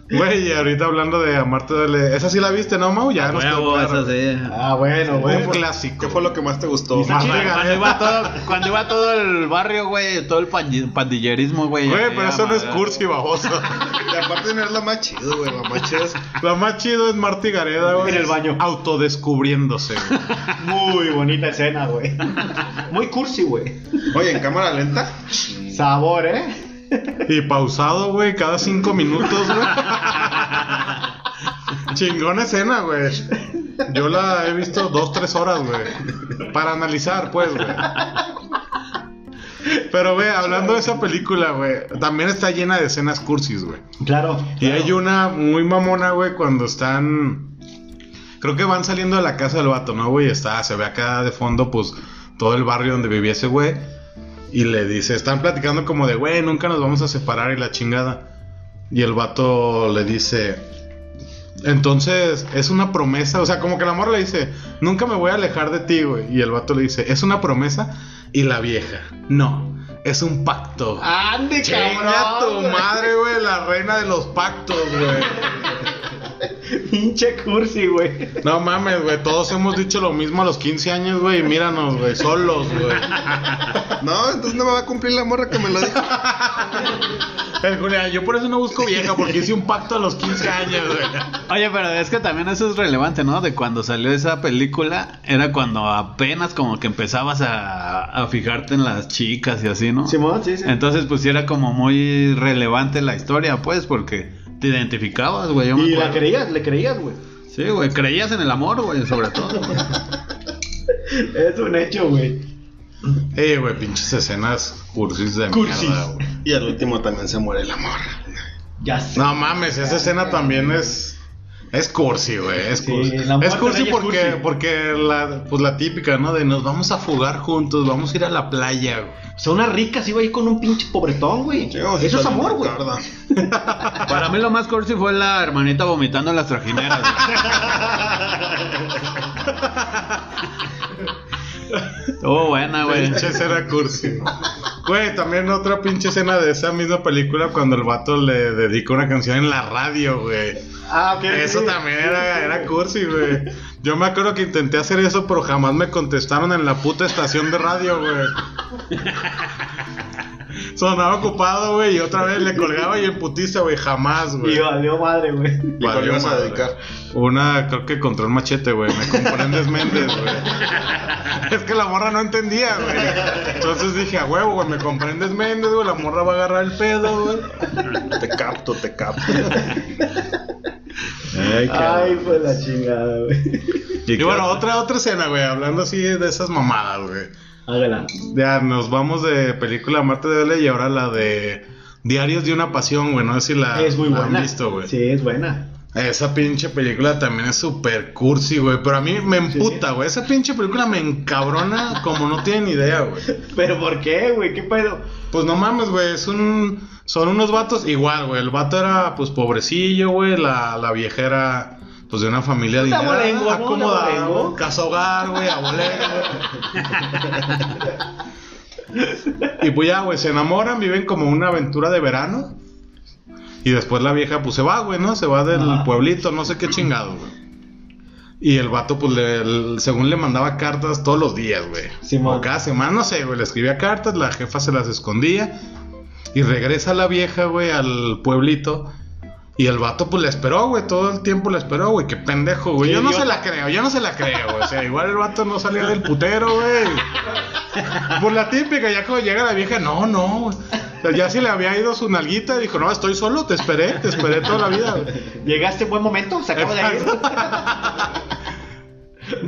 Speaker 1: Güey, y ahorita hablando de Amarte Duele. Esa sí la viste, ¿no, Mau? Ya nos quedó
Speaker 4: Huevo,
Speaker 1: claro.
Speaker 4: esa sí.
Speaker 5: Ah, bueno, güey.
Speaker 1: Un clásico.
Speaker 3: ¿Qué fue lo que más te gustó?
Speaker 1: Más
Speaker 4: Cuando-
Speaker 1: verga,
Speaker 4: cuando,
Speaker 1: ¿eh?
Speaker 4: iba todo, cuando iba todo el barrio, güey, todo el pan- pandillerismo, güey.
Speaker 1: Güey,
Speaker 4: ya,
Speaker 1: pero eso no es
Speaker 4: madre.
Speaker 1: cursi baboso.
Speaker 3: Y aparte no es la más chida, güey. La más chida es...
Speaker 1: Lo más chido es Marty Gareda, güey.
Speaker 5: En el baño.
Speaker 1: Autodescubriéndose, güey.
Speaker 5: Muy bonita escena, güey. Muy cursi, güey.
Speaker 3: Oye, en cámara lenta.
Speaker 5: Sabor, ¿eh?
Speaker 1: Y pausado, güey, cada cinco minutos, güey. Chingona escena, güey. Yo la he visto dos, tres horas, güey. Para analizar, pues, güey. Pero, güey, hablando de esa película, güey, también está llena de escenas cursis, güey.
Speaker 5: Claro.
Speaker 1: Y hay una muy mamona, güey, cuando están. Creo que van saliendo de la casa del vato, ¿no, güey? Está, se ve acá de fondo, pues, todo el barrio donde vivía ese güey. Y le dice, están platicando como de, güey, nunca nos vamos a separar y la chingada. Y el vato le dice, entonces, es una promesa. O sea, como que el amor le dice, nunca me voy a alejar de ti, güey. Y el vato le dice, es una promesa. Y la vieja, no, es un pacto.
Speaker 5: Ande,
Speaker 1: Chinga tu
Speaker 5: cabrón.
Speaker 1: madre, güey, la reina de los pactos, güey.
Speaker 5: Pinche cursi, güey.
Speaker 1: No mames, güey, todos hemos dicho lo mismo a los 15 años, güey, y míranos, güey, solos, güey.
Speaker 3: No, entonces no me va a cumplir la morra que me lo dijo.
Speaker 1: El Julián, yo por eso no busco vieja, porque hice un pacto a los 15 años, güey.
Speaker 4: Oye, pero es que también eso es relevante, ¿no? De cuando salió esa película, era cuando apenas como que empezabas a, a fijarte en las chicas y así, ¿no?
Speaker 5: Simón, sí, sí.
Speaker 4: Entonces, pues sí era como muy relevante la historia, pues, porque te identificabas, güey. yo me
Speaker 5: y la
Speaker 4: acuerdo.
Speaker 5: creías, le creías, güey.
Speaker 4: Sí, güey, creías en el amor, güey, sobre todo. güey.
Speaker 5: Es un hecho, güey.
Speaker 1: Eh, güey, pinches escenas cursis de
Speaker 5: Cursis.
Speaker 1: mierda, güey.
Speaker 3: Y al último también se muere la morra.
Speaker 5: Ya sé.
Speaker 1: No mames, esa escena también es. Es cursi, güey, es
Speaker 5: Sí,
Speaker 1: cursi.
Speaker 5: la muerte
Speaker 1: es cursi
Speaker 5: de ella es
Speaker 1: porque,
Speaker 5: cursi.
Speaker 1: porque la, pues la típica, ¿no? De nos vamos a fugar juntos, vamos a ir a la playa, güey.
Speaker 5: O sea, una rica se iba a ir con un pinche pobretón, güey.
Speaker 3: Yo, si
Speaker 5: Eso es
Speaker 3: soy
Speaker 5: amor,
Speaker 3: muy
Speaker 5: güey.
Speaker 3: gorda.
Speaker 4: Para mí lo más cursi fue la hermanita vomitando en las trajineras, güey. Estuvo buena, güey.
Speaker 1: Pinche escena cursi. Güey, también otra pinche escena de esa misma película cuando el vato le dedica una canción en la radio, güey.
Speaker 5: Ah, ok.
Speaker 1: Eso
Speaker 5: sí.
Speaker 1: también era, era cursi, güey. Yo me acuerdo que intenté hacer eso, pero jamás me contestaron en la puta estación de radio, güey. Sonaba ocupado, güey, y otra vez le colgaba y en putiza, güey, jamás, güey.
Speaker 5: Y valió madre, güey.
Speaker 3: ¿Y cuál
Speaker 1: Valió
Speaker 3: ibas a
Speaker 1: madre.
Speaker 3: dedicar?
Speaker 1: Una, creo que contra un machete, güey. Me comprendes, Méndez, güey. Es que la morra no entendía, güey. Entonces dije, a huevo, güey, me comprendes, Méndez, güey. La morra va a agarrar el pedo, güey.
Speaker 3: Te capto, te capto.
Speaker 4: Ay,
Speaker 5: Ay, pues la chingada, güey.
Speaker 1: Y bueno, otra, otra escena, güey. Hablando así de esas mamadas, güey.
Speaker 5: Hágala.
Speaker 1: Ya, nos vamos de película Marte de L y ahora la de Diarios de una Pasión, güey. No sé si la,
Speaker 5: Es muy
Speaker 1: la
Speaker 5: buena.
Speaker 1: han visto, Ah, güey.
Speaker 5: Sí, es buena.
Speaker 1: Esa pinche película también es súper cursi, güey. Pero a mí me emputa, güey. Esa pinche película me encabrona como no tienen idea, güey.
Speaker 5: ¿Pero por qué, güey? ¿Qué pedo?
Speaker 1: Pues no mames, güey, es un... Son unos vatos igual, güey. El vato era, pues, pobrecillo, güey. La, la vieja era, pues, de una familia de
Speaker 5: abolengo, ¿no? Abolengo.
Speaker 1: casa hogar, güey, abolengo. y pues ya, güey, se enamoran, viven como una aventura de verano. Y después la vieja, pues, se va, güey, ¿no? Se va del
Speaker 5: Ajá.
Speaker 1: pueblito, no sé qué chingado, güey. Y el vato, pues, le- el- según le mandaba cartas todos los días, güey.
Speaker 5: Simón.
Speaker 1: O cada semana, no sé, güey. Le escribía cartas, la jefa se las escondía. Y regresa la vieja, güey, al pueblito. Y el vato, pues, la esperó, güey. Todo el tiempo la esperó, güey. Qué pendejo, güey.
Speaker 5: Sí,
Speaker 1: yo no
Speaker 5: idiota.
Speaker 1: se la creo, yo no se la creo, güey. O sea, igual el vato no salía del putero, güey. Por la típica, ya cuando llega la vieja, no, no, güey. O sea, ya si le había ido su nalguita, dijo, no, estoy solo, te esperé, te esperé toda la vida, güey.
Speaker 5: ¿Llegaste en buen momento? ¿Se acaba de ir?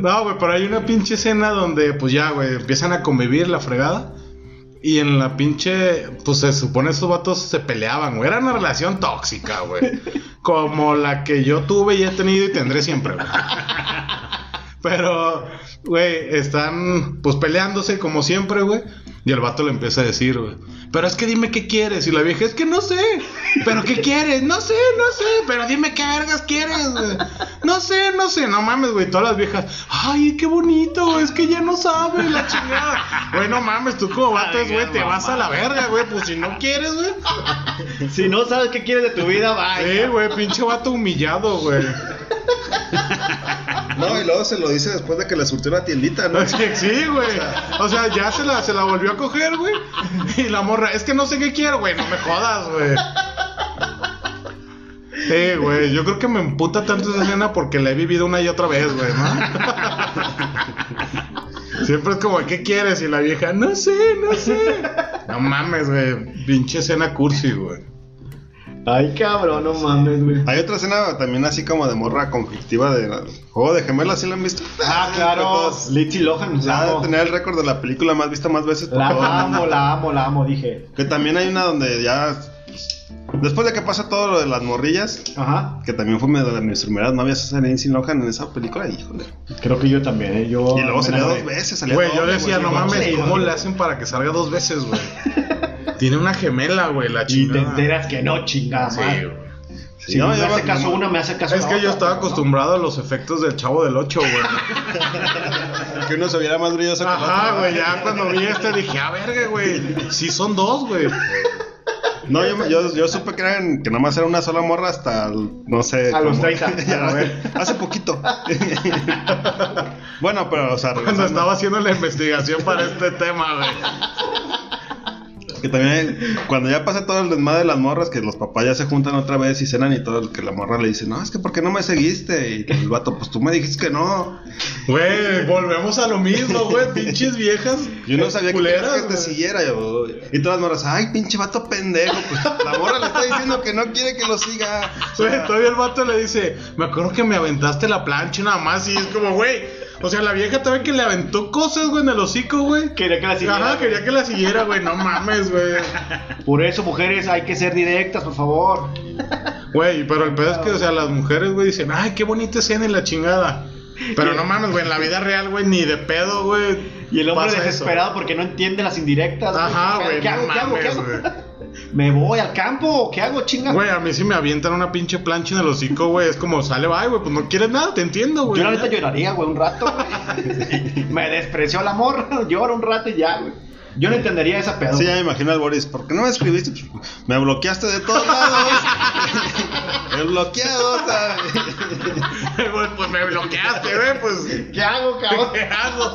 Speaker 1: No, güey, pero hay una pinche escena donde, pues ya, güey, empiezan a convivir la fregada. Y en la pinche, pues se supone esos vatos se peleaban, güey. Era una relación tóxica, güey. Como la que yo tuve y he tenido y tendré siempre, güey. Pero, güey, están pues peleándose como siempre, güey. Y el vato le empieza a decir, güey. Pero es que dime qué quieres. Y la vieja, es que no sé. ¿Pero qué quieres? No sé, no sé. Pero dime qué vergas quieres, güey. No sé, no sé. No mames, güey. Todas las viejas, ay, qué bonito, güey, Es que ya no sabe la chingada. Güey, no mames, tú como vatos, güey, te vas a la verga, güey. Pues si no quieres, güey.
Speaker 5: Si no sabes qué quieres de tu vida, vaya.
Speaker 1: Sí, güey, pinche vato humillado, güey.
Speaker 3: No, y luego se lo dice después de que le surtió la tiendita, ¿no?
Speaker 1: No, sí, sí, güey. O sea, ya se la, se la volvió a coger, güey. Y la morra, es que no sé qué quiero, güey. No me jodas, güey. Eh, güey, yo creo que me emputa tanto esa escena porque la he vivido una y otra vez, güey, ¿no? Siempre es como, ¿qué quieres? Y la vieja, no sé, no sé. No mames, güey. Pinche escena cursi, güey.
Speaker 5: Ay, cabrón, no mames, güey.
Speaker 3: Hay otra escena también así como de morra conflictiva de juego de gemelas, ¿sí la han visto?
Speaker 5: Ah, claro. Lindsay Lohan, la
Speaker 3: Ha de
Speaker 5: amo.
Speaker 3: tener el récord de la película más vista más veces por
Speaker 5: La
Speaker 3: todo el mundo.
Speaker 5: amo, la amo, la amo, dije.
Speaker 3: Que también hay una donde ya. pues, Después de que pasa todo lo de las morrillas,
Speaker 5: Ajá.
Speaker 3: que también fue medio de mis primeras novias, esa Lindsay Lohan en esa película, híjole.
Speaker 5: Creo que yo también, ¿eh? Yo
Speaker 3: Y luego
Speaker 5: me
Speaker 3: salía
Speaker 5: enamoré.
Speaker 3: dos veces, salía
Speaker 1: Güey, yo
Speaker 3: doble,
Speaker 1: decía, no
Speaker 3: güey,
Speaker 1: mames,
Speaker 3: sí,
Speaker 1: ¿cómo
Speaker 3: güey.
Speaker 1: le hacen para que salga dos veces, güey? Tiene una gemela, güey, la
Speaker 5: Y te
Speaker 1: chingada.
Speaker 5: enteras que no, chingada.
Speaker 1: Sí,
Speaker 5: madre.
Speaker 1: güey.
Speaker 3: Sí,
Speaker 5: si
Speaker 3: no,
Speaker 5: no, me
Speaker 3: yo
Speaker 5: hace
Speaker 3: me-
Speaker 5: caso
Speaker 3: no,
Speaker 5: una, me hace caso
Speaker 1: Es
Speaker 5: la
Speaker 1: que yo
Speaker 5: otra,
Speaker 1: estaba
Speaker 5: ¿no?
Speaker 1: acostumbrado a los efectos del Chavo del 8, güey.
Speaker 3: Que uno se viera más brilloso que el
Speaker 1: Ajá,
Speaker 3: otro.
Speaker 1: güey, ya cuando vi este dije, ah, verga, güey. Sí son dos, güey.
Speaker 3: No, yo, me- yo, yo supe que eran, que nomás era una sola morra hasta, el- no sé.
Speaker 5: A los
Speaker 3: como-
Speaker 5: 30.
Speaker 3: Ya,
Speaker 5: A ver.
Speaker 3: hace poquito. bueno, pero, o sea,
Speaker 1: Cuando
Speaker 3: regresando,
Speaker 1: estaba haciendo la investigación para este tema, güey.
Speaker 3: que también, cuando ya pasa todo el desmadre de las morras, que los papás ya se juntan otra vez y cenan y todo, que la morra le dice, no, es que ¿por qué no me seguiste? Y el vato, pues tú me dijiste que no.
Speaker 1: Güey, volvemos a lo mismo, güey. Pinches viejas.
Speaker 3: Yo no sabía que querías que te
Speaker 1: güey.
Speaker 3: siguiera. Yo, y todas las morras, ay, pinche vato pendejo. Pues la morra le está diciendo que no quiere que lo siga. O sea,
Speaker 1: Güey, todavía el vato le dice, me acuerdo que me aventaste la plancha nada más y es como, güey. O sea, la vieja también que le aventó cosas, güey, en el hocico, güey.
Speaker 5: Quería que la siguiera,
Speaker 1: Ajá,
Speaker 5: güey.
Speaker 1: quería que la siguiera, güey. No mames, güey.
Speaker 5: Por eso, mujeres, hay que ser directas, por favor.
Speaker 1: Güey, pero el pedo es que, o sea, las mujeres, güey, dicen, ay, qué bonita escena y la chingada. Pero no mames, güey, en la vida real, güey, ni de pedo, güey.
Speaker 5: Y el hombre
Speaker 1: pasa eso.
Speaker 5: desesperado porque no entiende las indirectas. güey.
Speaker 1: Ajá,
Speaker 5: ¿Qué-
Speaker 1: güey,
Speaker 5: ¿Qué
Speaker 1: no
Speaker 5: hago? ¿Qué hago? ¿Qué
Speaker 1: mames,
Speaker 5: hago?
Speaker 1: güey.
Speaker 5: ¿Me voy al campo? o ¿Qué hago, chinga?
Speaker 1: Güey, a mí si me avientan una pinche plancha en el hocico, güey, es como, sale, bye, güey, pues no quieres nada, te entiendo, güey.
Speaker 5: Yo la neta lloraría, güey, un rato, güey. Me despreció el amor, lloro un rato y ya, güey. Yo no entendería esa pedo.
Speaker 3: Sí, ya me imagino al Boris, ¿por qué no me escribiste? Pues, Me bloqueaste de todos lados. El bloqueado, o sea.
Speaker 1: Güey, pues me bloqueaste, güey, pues,
Speaker 5: ¿Qué hago, cabrón?
Speaker 1: ¿qué hago?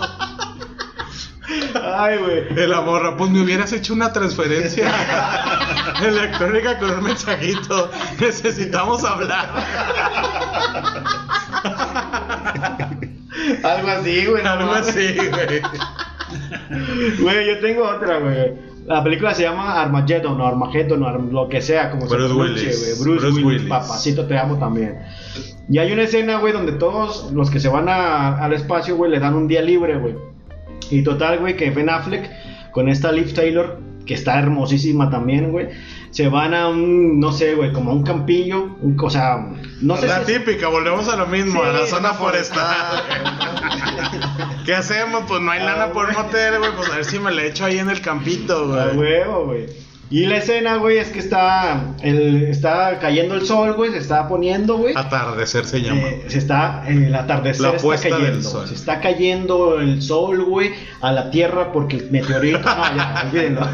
Speaker 5: Ay, güey.
Speaker 1: De la morra, pues me hubieras hecho una transferencia electrónica con un mensajito. Necesitamos hablar.
Speaker 5: Algo así, güey. no
Speaker 1: Algo
Speaker 5: mames.
Speaker 1: así, güey.
Speaker 5: Güey, yo tengo otra, güey. La película se llama Armageddon o Armageddon o Arm- lo que sea, como se
Speaker 1: Bruce
Speaker 5: pronuncia,
Speaker 1: Willis.
Speaker 5: güey. Bruce,
Speaker 1: Bruce
Speaker 5: Willis,
Speaker 1: Willis.
Speaker 5: papacito, te amo también. Y hay una escena, güey, donde todos los que se van a- al espacio, güey, le dan un día libre, güey. Y total, güey, que Ben Affleck con esta Liv Taylor, que está hermosísima también, güey, se van a un, no sé, güey, como a un campillo, un- o sea, no sé si
Speaker 1: La
Speaker 5: es-
Speaker 1: típica, volvemos a lo mismo,
Speaker 5: Sí, pues,
Speaker 1: a la zona
Speaker 5: zona
Speaker 1: forestal. ¿Qué hacemos? Pues no
Speaker 5: Ah,
Speaker 1: hay lana por un hotel, güey. Pues a ver si me la echo ahí en el campito,
Speaker 5: A
Speaker 1: güey.
Speaker 5: huevo, Ah, güey. Y la escena, güey, es que está, el, está cayendo el sol, güey, se está poniendo, güey.
Speaker 1: Atardecer Ah, se llama.
Speaker 5: Eh, se está, el atardecer
Speaker 1: La
Speaker 5: está
Speaker 1: puesta del
Speaker 5: cayendo.
Speaker 1: sol.
Speaker 5: Se está cayendo el sol, güey, a la tierra porque el meteorito. no, ya, olvídenlo.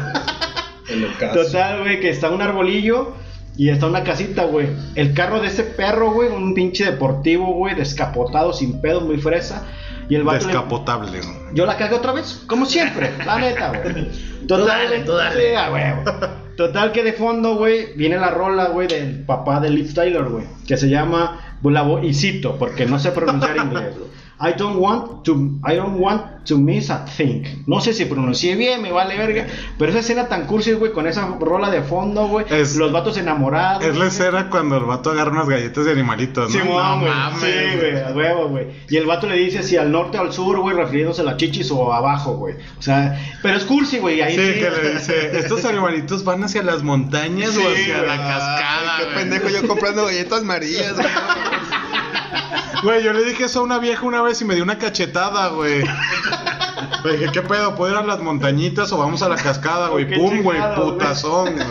Speaker 5: Total, güey, que está un arbolillo y está una casita, güey. El carro de ese perro, güey, un pinche deportivo, güey, descapotado, sin pedo, muy fresa. Y el vato le-
Speaker 1: Descapotable. güey.
Speaker 5: yo la cagué otra vez, como siempre, la neta, güey. Total, sí, a huevo. Total que de fondo, güey, viene la rola, güey, del papá de Liv Taylor, güey, que se llama, pues, la vo- y cito, porque no sé pronunciar inglés, güey. I don't want to, I don't want to miss a thing. No sé si pronuncié bien, me vale verga. Pero esa escena tan cursi, güey, con esa rola de fondo, güey.
Speaker 1: Es-
Speaker 5: Los vatos enamorados.
Speaker 1: Es la escena cuando el vato agarra unas galletas de animalitos, ¿no?
Speaker 5: Simón,
Speaker 1: No
Speaker 5: güey.
Speaker 1: mames.
Speaker 5: Sí, güey, a huevo, güey. Y el vato le dice si al norte o al sur, güey, refiriéndose a las chichis o abajo, güey. O sea, pero es cursi, güey. Ahí
Speaker 1: Sí,
Speaker 5: sí.
Speaker 1: que le dice, estos animalitos van hacia las montañas
Speaker 3: Sí,
Speaker 1: o hacia la
Speaker 3: güey.
Speaker 1: cascada.
Speaker 3: Ay, Qué
Speaker 1: güey.
Speaker 3: pendejo yo comprando galletas amarillas, güey.
Speaker 1: Güey, yo le dije eso a una vieja una vez y me dio una cachetada, güey. Le dije, ¿qué pedo? ¿Puedo ir a las montañitas o vamos a la cascada, güey?
Speaker 5: Qué
Speaker 1: Pum, güey,
Speaker 5: chingado, güey.
Speaker 1: putazón. güey.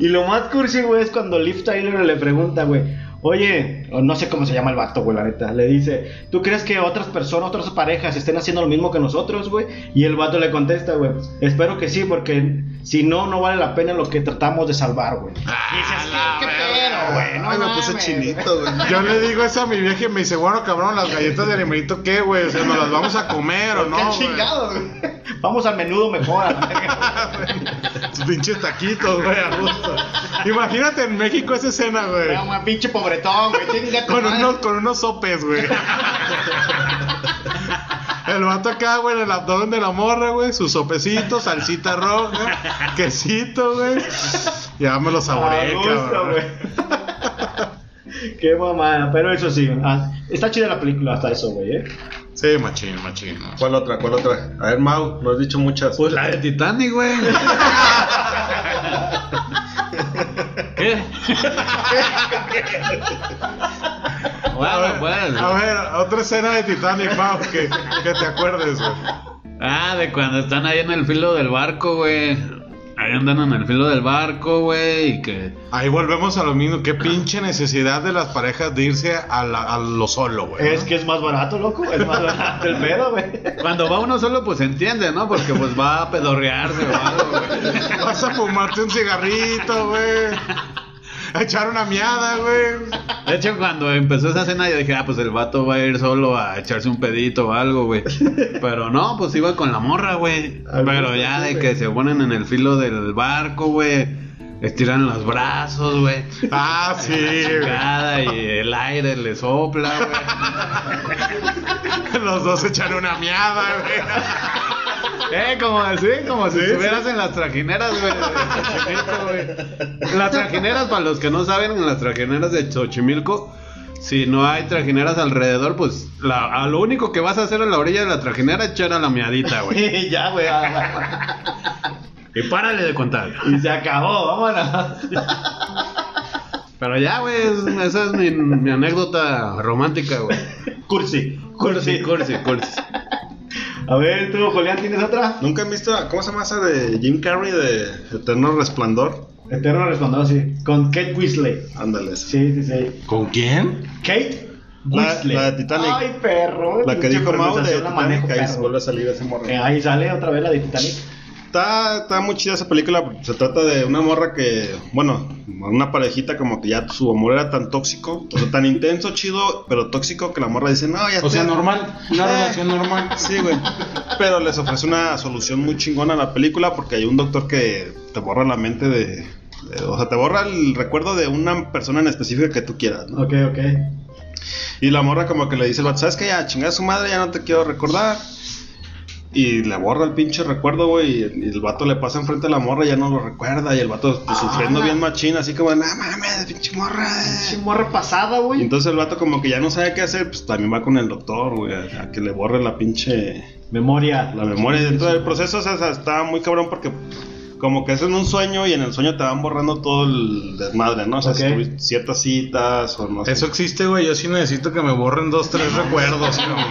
Speaker 5: Y lo más cursi, güey, es cuando Liv Tyler le pregunta, güey, oye, o no sé cómo se llama el vato, güey, la neta, le dice, ¿tú crees que otras personas, otras parejas estén haciendo lo mismo que nosotros, güey? Y el vato le contesta, güey, espero que sí, porque si no, no vale la pena lo que tratamos de salvar, güey.
Speaker 1: Ah,
Speaker 5: Y dices,
Speaker 1: la
Speaker 5: ¿qué, qué
Speaker 1: verga.
Speaker 5: pedo, güey? No
Speaker 3: Ay, me
Speaker 5: mames,
Speaker 3: puse chinito, güey.
Speaker 1: Yo le digo eso a mi vieja y me dice, bueno, cabrón, las galletas de animalito, ¿qué, güey? O sea, ¿nos las vamos a comer o no,
Speaker 5: qué
Speaker 1: güey?
Speaker 5: chingado, güey. Vamos al menudo mejor. a la verga.
Speaker 1: Sus pinches taquitos, güey, a gusto. Imagínate en México esa escena, güey.
Speaker 5: Era un pinche pobretón, güey. chinga tu
Speaker 1: Con
Speaker 5: madre.
Speaker 1: unos, con unos sopes, güey. El vato acá, güey, en el abdomen de la morra, güey. Su sopecito, salsita roja, quesito, güey. Ya me lo saboreé,
Speaker 5: A gusto,
Speaker 1: cabrón.
Speaker 5: güey. Qué mamada, pero eso sí, ah, está chida la película hasta eso, güey, ¿eh?
Speaker 1: Sí, machín, machín.
Speaker 3: ¿Cuál otra? ¿Cuál otra? A ver, Mau, no has dicho muchas.
Speaker 4: Pues la de Titanic, güey. ¿Qué? bueno, pues.
Speaker 1: A
Speaker 4: bueno.
Speaker 1: ver, otra escena de Titanic, Mau, que, que te acuerdes, güey.
Speaker 4: Ah, de cuando están ahí en el filo del barco, güey. Ahí andan en el filo del barco, güey. Y que.
Speaker 1: Ahí volvemos a lo mismo. Qué pinche necesidad de las parejas de irse a, la- a lo solo, güey.
Speaker 5: Es que es más barato, loco, es más barato el pedo, güey.
Speaker 4: Cuando va uno solo, pues entiende, ¿no? Porque pues va a pedorrearse o algo, güey.
Speaker 1: Vas a fumarte un cigarrito, güey. A echar una miada, güey.
Speaker 4: De hecho, cuando empezó esa escena, yo dije, ah, pues el vato va a ir solo a echarse un pedito o algo, güey. Pero no, pues iba con la morra, güey.
Speaker 5: Al
Speaker 4: Pero
Speaker 5: gusto,
Speaker 4: ya
Speaker 5: sí,
Speaker 4: de
Speaker 5: güey.
Speaker 4: que se ponen en el filo del barco, güey. Estiran los brazos, güey.
Speaker 1: Ah, sí, güey.
Speaker 4: Chingada, y el aire le sopla, güey.
Speaker 1: Los dos echan una miada, güey.
Speaker 4: Eh, como así, como si
Speaker 1: Sí,
Speaker 4: estuvieras
Speaker 1: sí.
Speaker 4: en las trajineras, güey. de Xochimilco, güey. Las trajineras, para los que no saben, en las trajineras de Xochimilco, si no hay trajineras alrededor, pues la- a lo único que vas a hacer a la orilla de la trajinera es echar a la miadita, güey.
Speaker 5: Y ya, güey. ah,
Speaker 4: Y párale de contar.
Speaker 5: Y se acabó, vámonos.
Speaker 4: Pero ya, güey, es- esa es mi, mi anécdota romántica, güey.
Speaker 5: Cursi, cursi,
Speaker 4: cursi, cursi.
Speaker 5: A ver, tú, Julián, ¿tienes otra?
Speaker 3: ¿Nunca han visto, cómo se llama esa de Jim Carrey de Eterno Resplandor?
Speaker 5: Eterno respondió sí. Con Kate Weasley.
Speaker 3: Ándale, esa.
Speaker 5: Sí, sí, sí.
Speaker 1: ¿Con quién?
Speaker 5: Kate
Speaker 3: La-
Speaker 5: Weasley.
Speaker 3: la de Titanic.
Speaker 5: Ay, perro.
Speaker 3: La que
Speaker 5: pinche
Speaker 3: dijo Mau de
Speaker 5: pronunciación la manejo,
Speaker 3: Titanic, ahí se
Speaker 5: perro.
Speaker 3: vuelve a salir ese morro.
Speaker 5: Eh, Ahí sale otra vez la de Titanic.
Speaker 3: Está, está muy chida esa película. Se trata de una morra que, bueno, una parejita como que ya su amor era tan tóxico, o sea, tan intenso, chido, pero tóxico que la morra dice, no, ya
Speaker 1: O sea,
Speaker 3: estoy-
Speaker 1: normal. Una
Speaker 3: Eh.
Speaker 1: relación normal.
Speaker 3: Sí, güey. Pero les ofrece una solución muy chingona a la película porque hay un doctor que te borra la mente de. de- o sea, te borra el recuerdo de una persona en específica que tú quieras, ¿no?
Speaker 5: Ok, ok.
Speaker 3: Y la morra como que le dice al vato, ¿sabes qué? Ya chingada su madre, ya no te quiero recordar. Y le borra el pinche recuerdo, güey. Y el vato le pasa enfrente a la morra, ya no lo recuerda. Y el vato pues, sufriendo bien machín, así como, no mames, pinche morra.
Speaker 5: Pinche morra pasada,
Speaker 3: Y
Speaker 5: güey.
Speaker 3: entonces el vato como que ya no sabe qué hacer, pues también va con el doctor, güey, a, a que le borre la pinche
Speaker 5: Memoria.
Speaker 3: la memoria. Y Dentro del proceso o sea, está muy cabrón porque como que es en un sueño y en el sueño te van borrando todo el desmadre, ¿no? O sea,
Speaker 5: Ok.
Speaker 3: si tuviste ciertas citas o no sé.
Speaker 1: Eso existe, güey. Yo sí necesito que me borren dos, tres recuerdos, cabrón.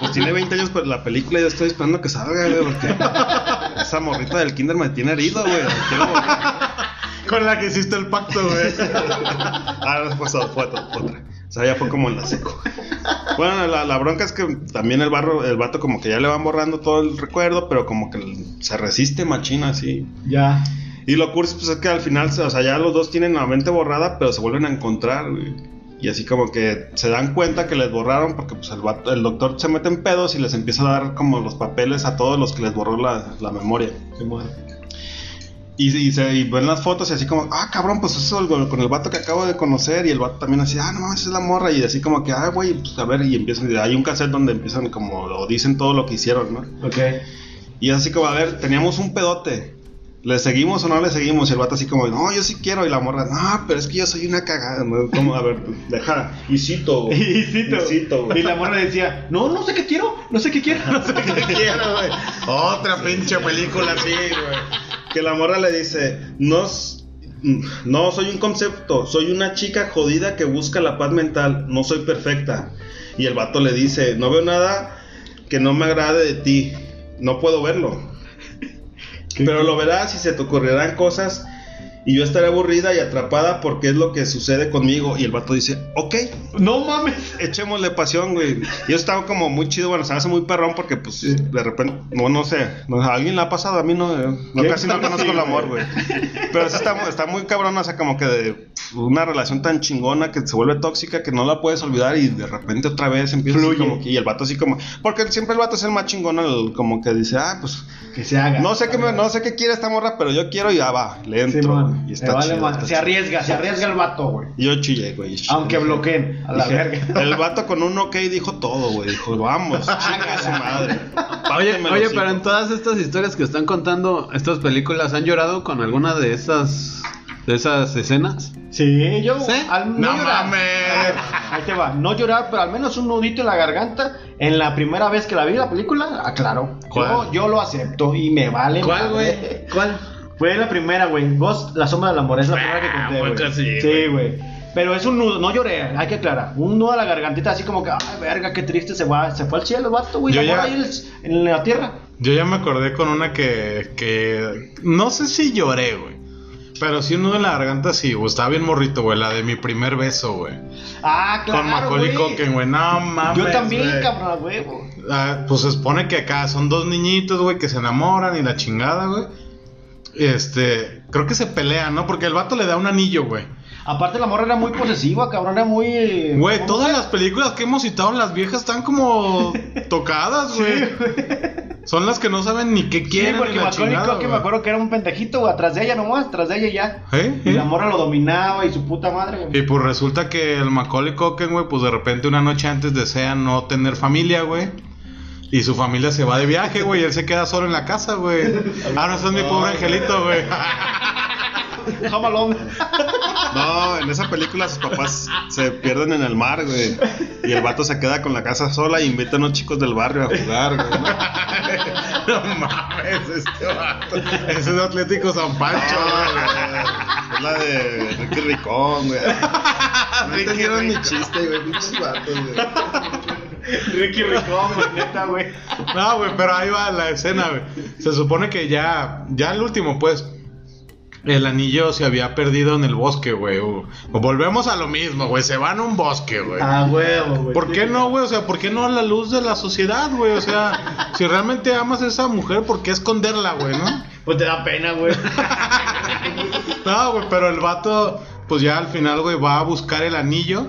Speaker 3: Pues tiene 20 años pero la película y yo estoy esperando que salga, güey, porque esa morrita del kinder me tiene herido, güey. Quiero volver.
Speaker 1: Con la que hiciste el pacto, güey.
Speaker 3: Ah, no, pues, fue otra, fue otra. O sea, ya fue como en la seco. Bueno, la, la bronca es que también el barro, el vato como que ya le van borrando todo el recuerdo, pero como que se resiste machina así.
Speaker 5: Ya.
Speaker 3: Y lo cursi pues es que al final, o sea, ya los dos tienen la mente borrada, pero se vuelven a encontrar, güey. Y así como que se dan cuenta que les borraron porque pues el, vato- el doctor se mete en pedos y les empieza a dar como los papeles a todos los que les borró la, la memoria.
Speaker 5: Simón.
Speaker 3: Y, y se, y ven las fotos y así como, ah, cabrón, pues eso es el- con el vato que acabo de conocer. Y el vato también así, ah, no mames, es la morra. Y así como que, ah, güey, pues a ver. Y empiezan, hay un cassette donde empiezan como, o dicen todo lo que hicieron, ¿no?
Speaker 5: Ok.
Speaker 3: Y así como, a ver, teníamos un pedote. ¿Le seguimos o no le seguimos? Y el vato así como, no, yo sí quiero. Y la morra, no, pero es que yo soy una cagada. ¿no? Como, a ver, pues, deja. Y cito.
Speaker 5: Y, cito.
Speaker 3: Cito, güey.
Speaker 5: y la morra decía, no, no sé qué quiero, no sé qué quiero. No sé qué quiero.
Speaker 3: quiero, güey.
Speaker 1: Otra pinche película así, güey.
Speaker 3: Que la morra le dice, no, s- no soy un concepto, soy una chica jodida que busca la paz mental, no soy perfecta. Y el vato le dice, no veo nada que no me agrade de ti, no puedo verlo. Pero lo verás y se te ocurrirán cosas y yo estaré aburrida y atrapada porque es lo que sucede conmigo. Y el vato dice, ok,
Speaker 5: No mames.
Speaker 3: echémosle pasión, güey. Yo estaba como muy chido, bueno, se me hace muy perrón porque, pues, de repente, no, no sé, no, a alguien la ha pasado, a mí no, eh, no,
Speaker 5: ¿Qué?
Speaker 3: casi no conozco el amor, güey. Pero sí está, está muy cabrón, o sea, como que de pf, una relación tan chingona que se vuelve tóxica que no la puedes olvidar y de repente otra vez empieza así como que, y el vato así como, porque siempre el vato es el más chingón, el, como que dice, ah, pues,
Speaker 5: Que se haga.
Speaker 3: no sé qué, me- no sé qué quiere esta morra, pero yo quiero y ya va, le entro.
Speaker 5: Simón,
Speaker 3: y
Speaker 5: me
Speaker 3: está
Speaker 5: vale
Speaker 3: chido,
Speaker 5: madre.
Speaker 3: está
Speaker 5: Se
Speaker 3: chido.
Speaker 5: arriesga, se arriesga el vato, güey.
Speaker 3: Y Yo chillé, güey. chillé.
Speaker 5: Aunque bloqueen, a la
Speaker 3: Dije,
Speaker 5: verga.
Speaker 3: El vato con un ok dijo todo, güey. Dijo, vamos, chinga su madre.
Speaker 4: Oye,
Speaker 3: Pártemelo,
Speaker 4: oye
Speaker 3: sí.
Speaker 4: pero en todas estas historias que están contando, estas películas, ¿han llorado con alguna de esas, de esas escenas?
Speaker 5: Sí, yo.
Speaker 4: ¿Sí?
Speaker 5: Al, no,
Speaker 1: No
Speaker 5: llorar.
Speaker 1: mames.
Speaker 5: Ahí te va. No llorar, pero al menos un nudito en la garganta. En la primera vez que la vi la película, aclaro.
Speaker 4: ¿Cuál?
Speaker 5: Yo, yo lo acepto y me vale. madre.
Speaker 4: ¿Cuál?
Speaker 5: Fue la primera, güey. Ghost, la sombra del amor.
Speaker 1: Ah,
Speaker 5: Es la primera que conté,
Speaker 4: fue
Speaker 5: güey.
Speaker 4: casi,
Speaker 5: sí, güey. Pero es un nudo, no lloré, hay que aclarar. Un nudo a la gargantita, así como que, ay, verga, qué triste se va. Se fue al cielo, el vato, güey.
Speaker 1: Yo
Speaker 5: la morra
Speaker 1: ya-
Speaker 5: ahí en el- en la tierra.
Speaker 1: Yo ya me acordé con una que, que no sé si lloré, güey. Pero sí un nudo en la garganta sí, güey. Estaba bien morrito, güey. La de mi primer beso, güey.
Speaker 5: Ah, claro.
Speaker 1: Con Macaulay
Speaker 5: güey.
Speaker 1: Culkin, güey. No mames.
Speaker 5: Yo también,
Speaker 1: güey.
Speaker 5: cabrón, güey. güey.
Speaker 1: Ah, pues se supone que acá son dos niñitos, güey, que se enamoran y la chingada, güey. Este, creo que se pelean, ¿no? Porque el vato le da un anillo, güey.
Speaker 5: Aparte, la morra era muy posesiva, cabrón, era muy.
Speaker 1: Güey,
Speaker 5: ¿cómo?
Speaker 1: todas las películas que hemos citado, las viejas están como tocadas, güey. Son las que no saben ni qué
Speaker 5: Sí,
Speaker 1: quieren.
Speaker 5: porque
Speaker 1: ni la
Speaker 5: Macaulay
Speaker 1: chingada,
Speaker 5: Culkin, me
Speaker 1: güey.
Speaker 5: acuerdo que era un pendejito, güey, atrás de ella nomás, atrás de ella y ya.
Speaker 1: ¿Eh?
Speaker 5: Y
Speaker 1: ¿Eh?
Speaker 5: la morra lo dominaba y su puta madre, güey.
Speaker 1: Y pues resulta que el Macaulay Culkin, güey, pues de repente una noche antes desea no tener familia, güey. Y su familia se va de viaje, güey, y él se queda solo en la casa, güey. Ah, no, ese es mi pobre angelito, güey.
Speaker 5: Home Alone.
Speaker 3: No, en esa película sus papás se pierden en el mar, güey. Y el vato se queda con la casa sola y invita a unos chicos del barrio a jugar, güey.
Speaker 1: No mames, este vato. Ese es Atlético San Pancho,
Speaker 3: Es la de Ricky Ricón, güey. No entendieron mi chiste, güey. Pinches vatos, güey.
Speaker 5: Ricky Ricón, güey, neta, güey.
Speaker 1: güey. No, güey, pero ahí va la escena, güey. Se supone que ya, ya el último, pues. El anillo se había perdido en el bosque, güey. O- o Volvemos a lo mismo, güey. Se van a un bosque, güey.
Speaker 5: Ah, huevo, güey.
Speaker 1: ¿Por qué no, güey? O sea, ¿por qué no a la luz de la sociedad, güey? O sea, si realmente amas a esa mujer, ¿por qué esconderla, güey, no?
Speaker 5: Pues te da pena, güey.
Speaker 1: No, güey, pero el vato, pues ya al final, güey, va a buscar el anillo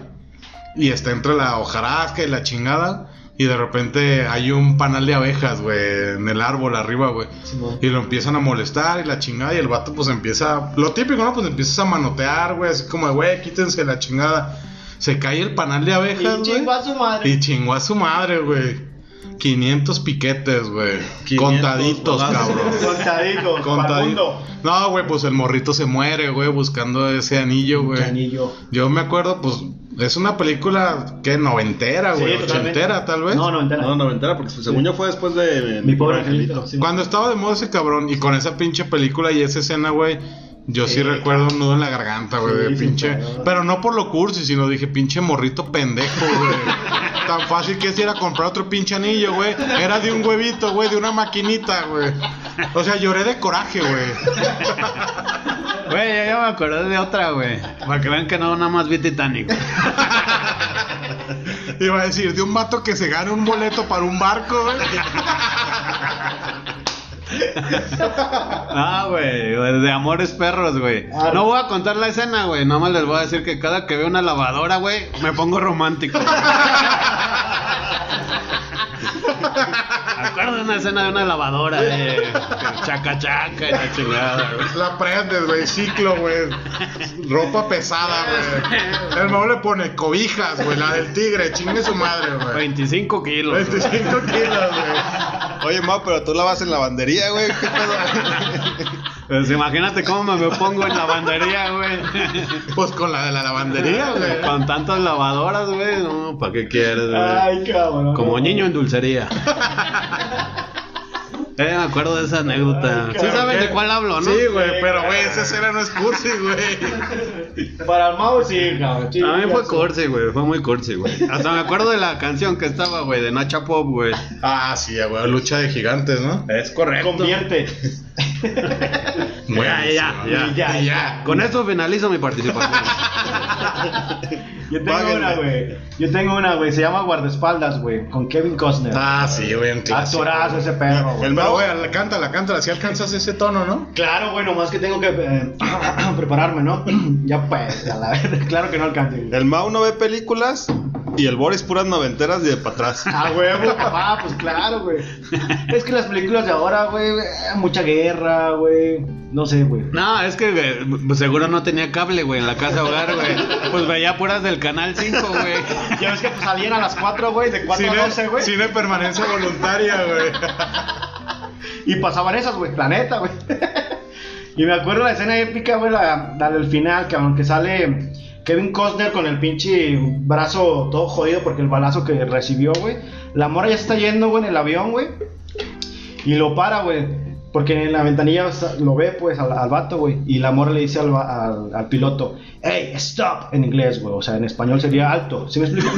Speaker 1: y está entre la hojarasca y la chingada. Y de repente hay un panal de abejas, güey, en el árbol arriba, güey.
Speaker 5: Simón.
Speaker 1: y lo empiezan a molestar y la chingada. Y el vato, pues empieza, lo típico, ¿no? Pues empiezas a manotear, güey, así como, de, güey, quítense la chingada. Se cae el panal de abejas,
Speaker 5: Y
Speaker 1: güey.
Speaker 5: chingó a su madre.
Speaker 1: Y chingó a su madre, güey. 500 piquetes, güey.
Speaker 3: 500
Speaker 1: Contaditos,
Speaker 3: balazos.
Speaker 1: cabrón.
Speaker 5: Contaditos,
Speaker 1: Contaditos.
Speaker 5: Contadito.
Speaker 1: No, güey, pues el morrito se muere, güey, buscando ese anillo, güey.
Speaker 5: Chanillo.
Speaker 1: Yo me acuerdo, pues, es una película que noventera, güey,
Speaker 5: totalmente.
Speaker 1: ochentera, tal vez.
Speaker 5: No, no, entera.
Speaker 3: No, noventera, porque según yo fue después de
Speaker 5: Mi pobre angelito. sí.
Speaker 1: Cuando estaba de moda ese cabrón y con esa pinche película y esa escena, güey, yo sí,
Speaker 5: Sí,
Speaker 1: recuerdo un nudo en la garganta, güey,
Speaker 5: Sí,
Speaker 1: de
Speaker 5: sin
Speaker 1: pinche.
Speaker 5: pedo.
Speaker 1: Pero no por lo cursi, sino dije, pinche morrito pendejo, güey. Tan fácil que es ir a comprar otro pinche anillo, güey. Era de un huevito, güey, de una maquinita, güey. O sea, lloré de coraje, güey.
Speaker 4: Güey, ya, ya me acordé de otra, güey. Para que vean que no, nada más vi Titanic. güey.
Speaker 1: Iba a decir, de un vato que se gana un boleto para un barco, güey.
Speaker 4: Ah, güey, de amores perros, güey.
Speaker 5: Ah,
Speaker 4: No voy a contar la escena, güey. Nada más les voy a decir que cada que veo una lavadora, güey, me pongo romántico. Acuérdate una escena de una lavadora de chaca chaca y la chingada, güey.
Speaker 1: La prendes, güey, ciclo, güey. Ropa pesada, güey. El mejor le pone cobijas, güey, la del tigre, chingue su madre, güey.
Speaker 4: 25 kilos. güey.
Speaker 1: 25 kilos, güey.
Speaker 3: Oye, ma, pero tú lavas en lavandería, güey. ¿Qué pedo?
Speaker 4: Pues imagínate cómo me pongo en lavandería, güey.
Speaker 1: Pues con la de la lavandería, güey.
Speaker 4: Con tantas lavadoras, güey. No, ¿para qué quieres, güey?
Speaker 5: Ay, cabrón.
Speaker 4: Como niño en dulcería. Eh, me acuerdo de esa anécdota.
Speaker 5: Ay,
Speaker 4: Sí
Speaker 5: cabrón.
Speaker 4: sabes de cuál hablo, ¿no?
Speaker 1: Sí, güey, pero, güey, esa escena no es cursi, güey.
Speaker 5: Para el Mau sí, cabrón. Sí,
Speaker 4: A mí fue
Speaker 5: ya sé.
Speaker 4: corsi, güey. Fue muy corsi, güey. Hasta me acuerdo de la canción que estaba, güey, de Nacha Pop, güey.
Speaker 1: Ah, sí, güey, lucha de gigantes, ¿no?
Speaker 4: Es correcto.
Speaker 5: Convierte.
Speaker 4: Ya, ya, ya,
Speaker 5: Y ya,
Speaker 1: Y
Speaker 5: ya.
Speaker 4: Con eso finalizo mi participación.
Speaker 5: Yo tengo
Speaker 1: Páguenle.
Speaker 5: una, güey. Yo tengo una, güey. Se llama Guardaespaldas, güey. Con Kevin Costner.
Speaker 1: Ah, sí, güey, un clásico.
Speaker 5: Actorazo ese perro, güey.
Speaker 1: El pero, güey, cántala, cántala, si alcanzas ese tono, ¿no?
Speaker 5: Claro, güey, nomás que tengo que eh, prepararme, ¿no? ya pues, a la verdad. Claro que no alcance. güey.
Speaker 3: El Mau no ve películas y el Boris puras noventeras y de para atrás.
Speaker 5: A huevo, papá, pues claro, güey. Es que las películas de ahora, güey, eh, mucha guerra, güey. No sé, güey.
Speaker 4: No, es que eh, pues, seguro no tenía cable, güey, en la casa hogar, güey. Pues veía puras del canal 5, güey.
Speaker 5: Ya ves que pues, salían a las 4, güey, de 4
Speaker 1: Cine,
Speaker 5: a 12, güey.
Speaker 1: cine permanencia voluntaria, güey.
Speaker 5: Y pasaban esas, güey, planeta, güey. y me acuerdo la escena épica, güey, la, la del final, cabrón, que sale Kevin Costner con el pinche brazo todo jodido porque el balazo que recibió, güey. La mora ya se está yendo, güey, en el avión, güey. Y lo para, güey. Porque en la ventanilla sa- lo ve, pues, al, al vato, güey. Y la mora le dice al, va- al- al piloto, hey, stop, en inglés, güey. O sea, en español sería alto. ¿Sí me explico?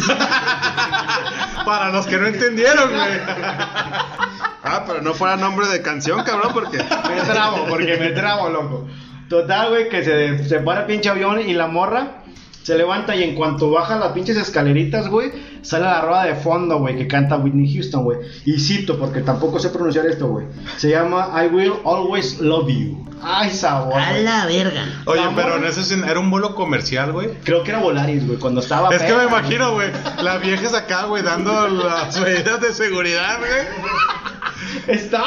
Speaker 1: Para los que no entendieron, güey.
Speaker 3: Ah, pero no fuera nombre de canción, cabrón, porque.
Speaker 5: Me trabo, porque me trabo, loco. Total, güey, que se, se para el pinche avión y la morra se levanta y en cuanto baja las pinches escaleritas, güey, sale la roda de fondo, güey, que canta Whitney Houston, güey. Y cito, porque tampoco sé pronunciar esto, güey. Se llama I Will Always Love You. Ay, sabor. güey.
Speaker 1: Oye,
Speaker 5: Vamos.
Speaker 1: pero en ese cine- era un vuelo comercial, güey.
Speaker 5: Creo que era Volaris, güey, cuando estaba.
Speaker 1: Es que
Speaker 5: perra,
Speaker 1: me
Speaker 5: güey.
Speaker 1: imagino, güey, las viejas acá, güey, dando las medidas de seguridad, güey.
Speaker 5: Está.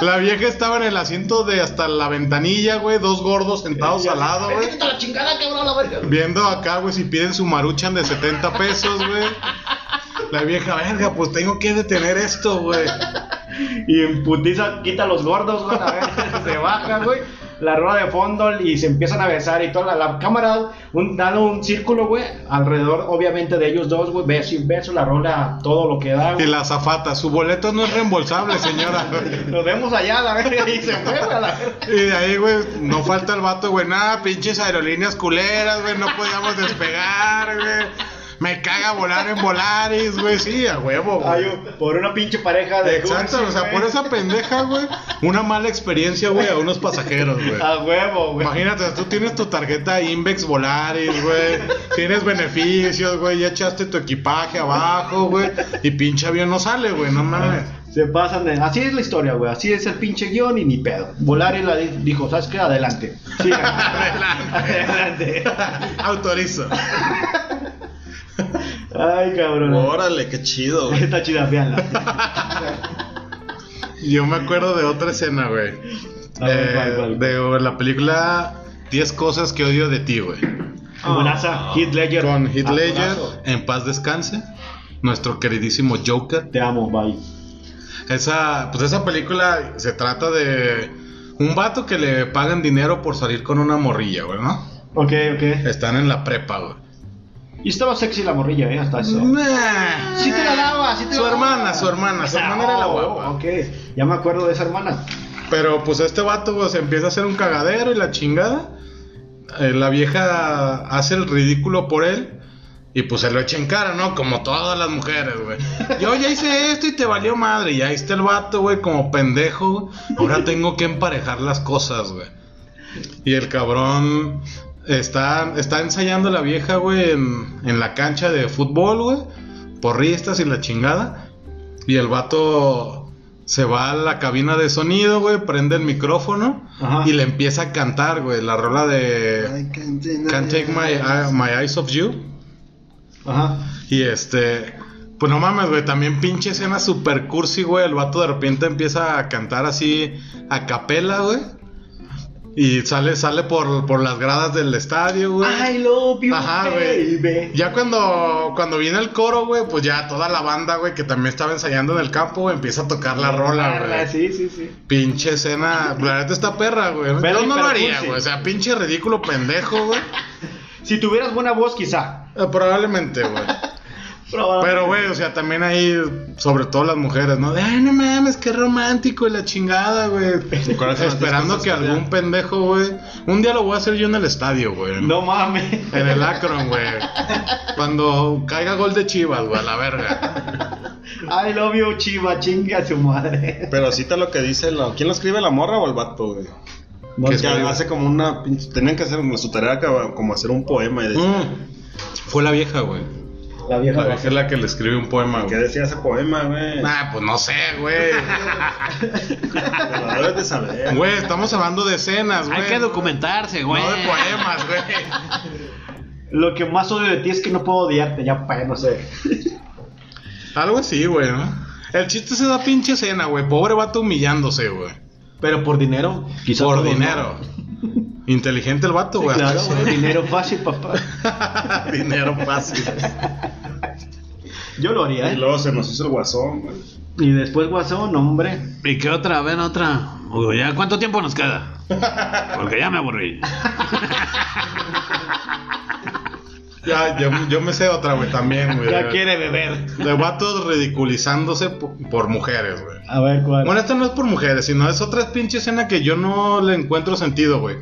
Speaker 1: La vieja estaba en el asiento de hasta la ventanilla, güey, dos gordos sentados al lado, güey.
Speaker 5: Vete a la chingada, cabrón, a la verga.
Speaker 1: Viendo acá, güey, si piden su maruchan de 70 pesos, güey. La vieja, verga, pues tengo que detener esto, güey.
Speaker 5: Y en putiza quita a los gordos, güey, a ver, se baja, güey. La rueda de fondo y se empiezan a besar y toda la, la cámara un, dando un círculo, güey, alrededor, obviamente, de ellos dos, güey, beso y beso, la rola, todo lo que da,
Speaker 1: Y
Speaker 5: güey.
Speaker 1: la azafata, su boleto no es reembolsable, señora. güey.
Speaker 5: Nos vemos allá, la verga, y se fue, güey, a la verga.
Speaker 1: Y de ahí, güey, no falta el vato, güey, nada, pinches aerolíneas culeras, güey, no podíamos despegar, güey. Me caga volar en Volaris, güey, sí, a huevo,
Speaker 5: Ay,
Speaker 1: güey.
Speaker 5: yo, por una pinche pareja de
Speaker 1: Exacto,
Speaker 5: cursis,
Speaker 1: o sea,
Speaker 5: güey.
Speaker 1: por esa pendeja, güey, una mala experiencia, güey, a unos pasajeros, güey.
Speaker 5: A huevo, güey.
Speaker 1: Imagínate, tú tienes tu tarjeta Invex Volaris, güey. Tienes beneficios, güey. Ya echaste tu equipaje abajo, güey. Y pinche avión no sale, güey. No mames.
Speaker 5: Se pasan de... Así es la historia, güey. Así es el pinche guión y ni pedo. Volaris la di- dijo, ¿sabes qué? Adelante. Sí, adelante.
Speaker 1: Autorizo.
Speaker 5: Ay, cabrón.
Speaker 3: Órale, qué chido, güey.
Speaker 5: Está chida, véanla.
Speaker 1: Yo me acuerdo de otra escena, güey.
Speaker 5: A ver,
Speaker 1: Eh,
Speaker 5: ¿cuál, cuál?
Speaker 1: de la película 10 cosas que odio de ti, güey.
Speaker 5: Buenaza, Heath Ledger.
Speaker 1: Ah. Con Heath Ledger,
Speaker 5: Actorazo.
Speaker 1: en paz descanse. Nuestro queridísimo Joker.
Speaker 5: Te amo, bye.
Speaker 1: Esa, pues esa película se trata de un vato que le pagan dinero por salir con una morrilla, güey, ¿no?
Speaker 5: Ok, ok.
Speaker 1: Están en la prepa, güey.
Speaker 5: Y estaba sexy la morrilla, ¿eh? Hasta eso.
Speaker 1: Nah.
Speaker 5: Sí te la daba, sí te
Speaker 1: Su
Speaker 5: la daba.
Speaker 1: hermana, su hermana, su hermana era la
Speaker 5: Oh,
Speaker 1: guapa.
Speaker 5: Ok, ya me acuerdo de esa hermana.
Speaker 1: Pero pues este vato pues, empieza a hacer un cagadero y la chingada. Eh, la vieja hace el ridículo por él. Y pues se lo echa en cara, ¿no? Como todas las mujeres, güey. Yo ya hice esto y te valió madre. Y ahí está el vato, güey, como pendejo. Ahora tengo que emparejar las cosas, güey. Y el cabrón está, está ensayando la vieja, güey, en, en la cancha de fútbol, güey. Porristas y la chingada. Y el vato se va a la cabina de sonido, güey, prende el micrófono
Speaker 5: Ajá.
Speaker 1: y le empieza a cantar, güey, Pues, la rola de uh, Can't Take My, Eye- My Eyes Off You.
Speaker 5: Ajá.
Speaker 1: Y este, Pues no mames, güey, también pinche escena super cursi, güey. El vato de repente empieza a cantar así a capela, güey. Y sale, sale por, por las gradas del estadio, güey.
Speaker 5: I love you,
Speaker 1: Ajá, güey.
Speaker 5: baby.
Speaker 1: Ya cuando, cuando viene el coro, güey, pues ya toda la banda, güey, que también estaba ensayando en el campo, güey, empieza a tocar la rola, güey.
Speaker 5: Sí, sí, sí.
Speaker 1: Pinche escena. La neta está perra, güey. Yo
Speaker 5: Pero-
Speaker 1: no lo
Speaker 5: pero
Speaker 1: haría,
Speaker 5: cursi.
Speaker 1: güey. O sea, pinche ridículo pendejo, güey.
Speaker 5: Si tuvieras buena voz, quizá.
Speaker 1: Eh, probablemente, güey. Pero, güey, o sea, también ahí, sobre todo las mujeres, ¿no? De, ay, no mames, qué romántico y la chingada, güey.
Speaker 3: ¿Cuáles son las
Speaker 1: Esperando
Speaker 3: cosas
Speaker 1: que
Speaker 3: que
Speaker 1: algún
Speaker 3: harían?
Speaker 1: pendejo, güey. Un día lo voy a hacer yo en el estadio, güey.
Speaker 5: No mames.
Speaker 1: En el Akron, güey. Cuando caiga gol de Chivas, güey, a la verga.
Speaker 5: I love you, Chiva, chingue a su madre.
Speaker 3: Pero cita lo que dice la... ¿Quién lo escribe, la morra o el vato, güey?
Speaker 1: No
Speaker 3: que
Speaker 1: sé, güey.
Speaker 3: hace como una... pinche- Tenían que hacer como su tarea acaba- como hacer un poema. Y decía,
Speaker 1: Mm, Fue la vieja, güey.
Speaker 5: La
Speaker 1: La
Speaker 5: vieja.
Speaker 1: vieja es la que le escribe un poema,
Speaker 3: ¿Qué
Speaker 1: güey.
Speaker 3: decía ese poema, güey?
Speaker 1: Ah, pues no sé, güey.
Speaker 3: Te lo debes de saber.
Speaker 1: Güey, estamos hablando de escenas, güey.
Speaker 4: Hay que documentarse, güey.
Speaker 1: No de poemas, güey.
Speaker 5: Lo que más odio de ti es que no puedo odiarte, ya para no sé.
Speaker 1: Algo así, güey, ¿no? El chiste es esa pinche escena, güey. Pobre vato humillándose, güey.
Speaker 5: Pero por dinero, quizá.
Speaker 1: Por dinero. Inteligente el vato, güey.
Speaker 5: Claro, güey, dinero fácil, papá.
Speaker 1: dinero fácil.
Speaker 5: Yo lo haría,
Speaker 3: Y
Speaker 5: ¿eh?
Speaker 3: luego se nos hizo el guasón, güey.
Speaker 5: Y después Guasón, hombre.
Speaker 4: ¿Y qué otra? Ven otra. Uy, ya, ¿cuánto tiempo nos queda? Porque ya me aburrí.
Speaker 1: Ya, yo, yo me sé otra, güey, también, güey.
Speaker 5: Ya quiere beber.
Speaker 1: De vatos ridiculizándose po- por, mujeres, güey.
Speaker 5: A ver cuál.
Speaker 1: Bueno, esta no es por mujeres, sino es otra pinche escena que yo no le encuentro sentido, güey.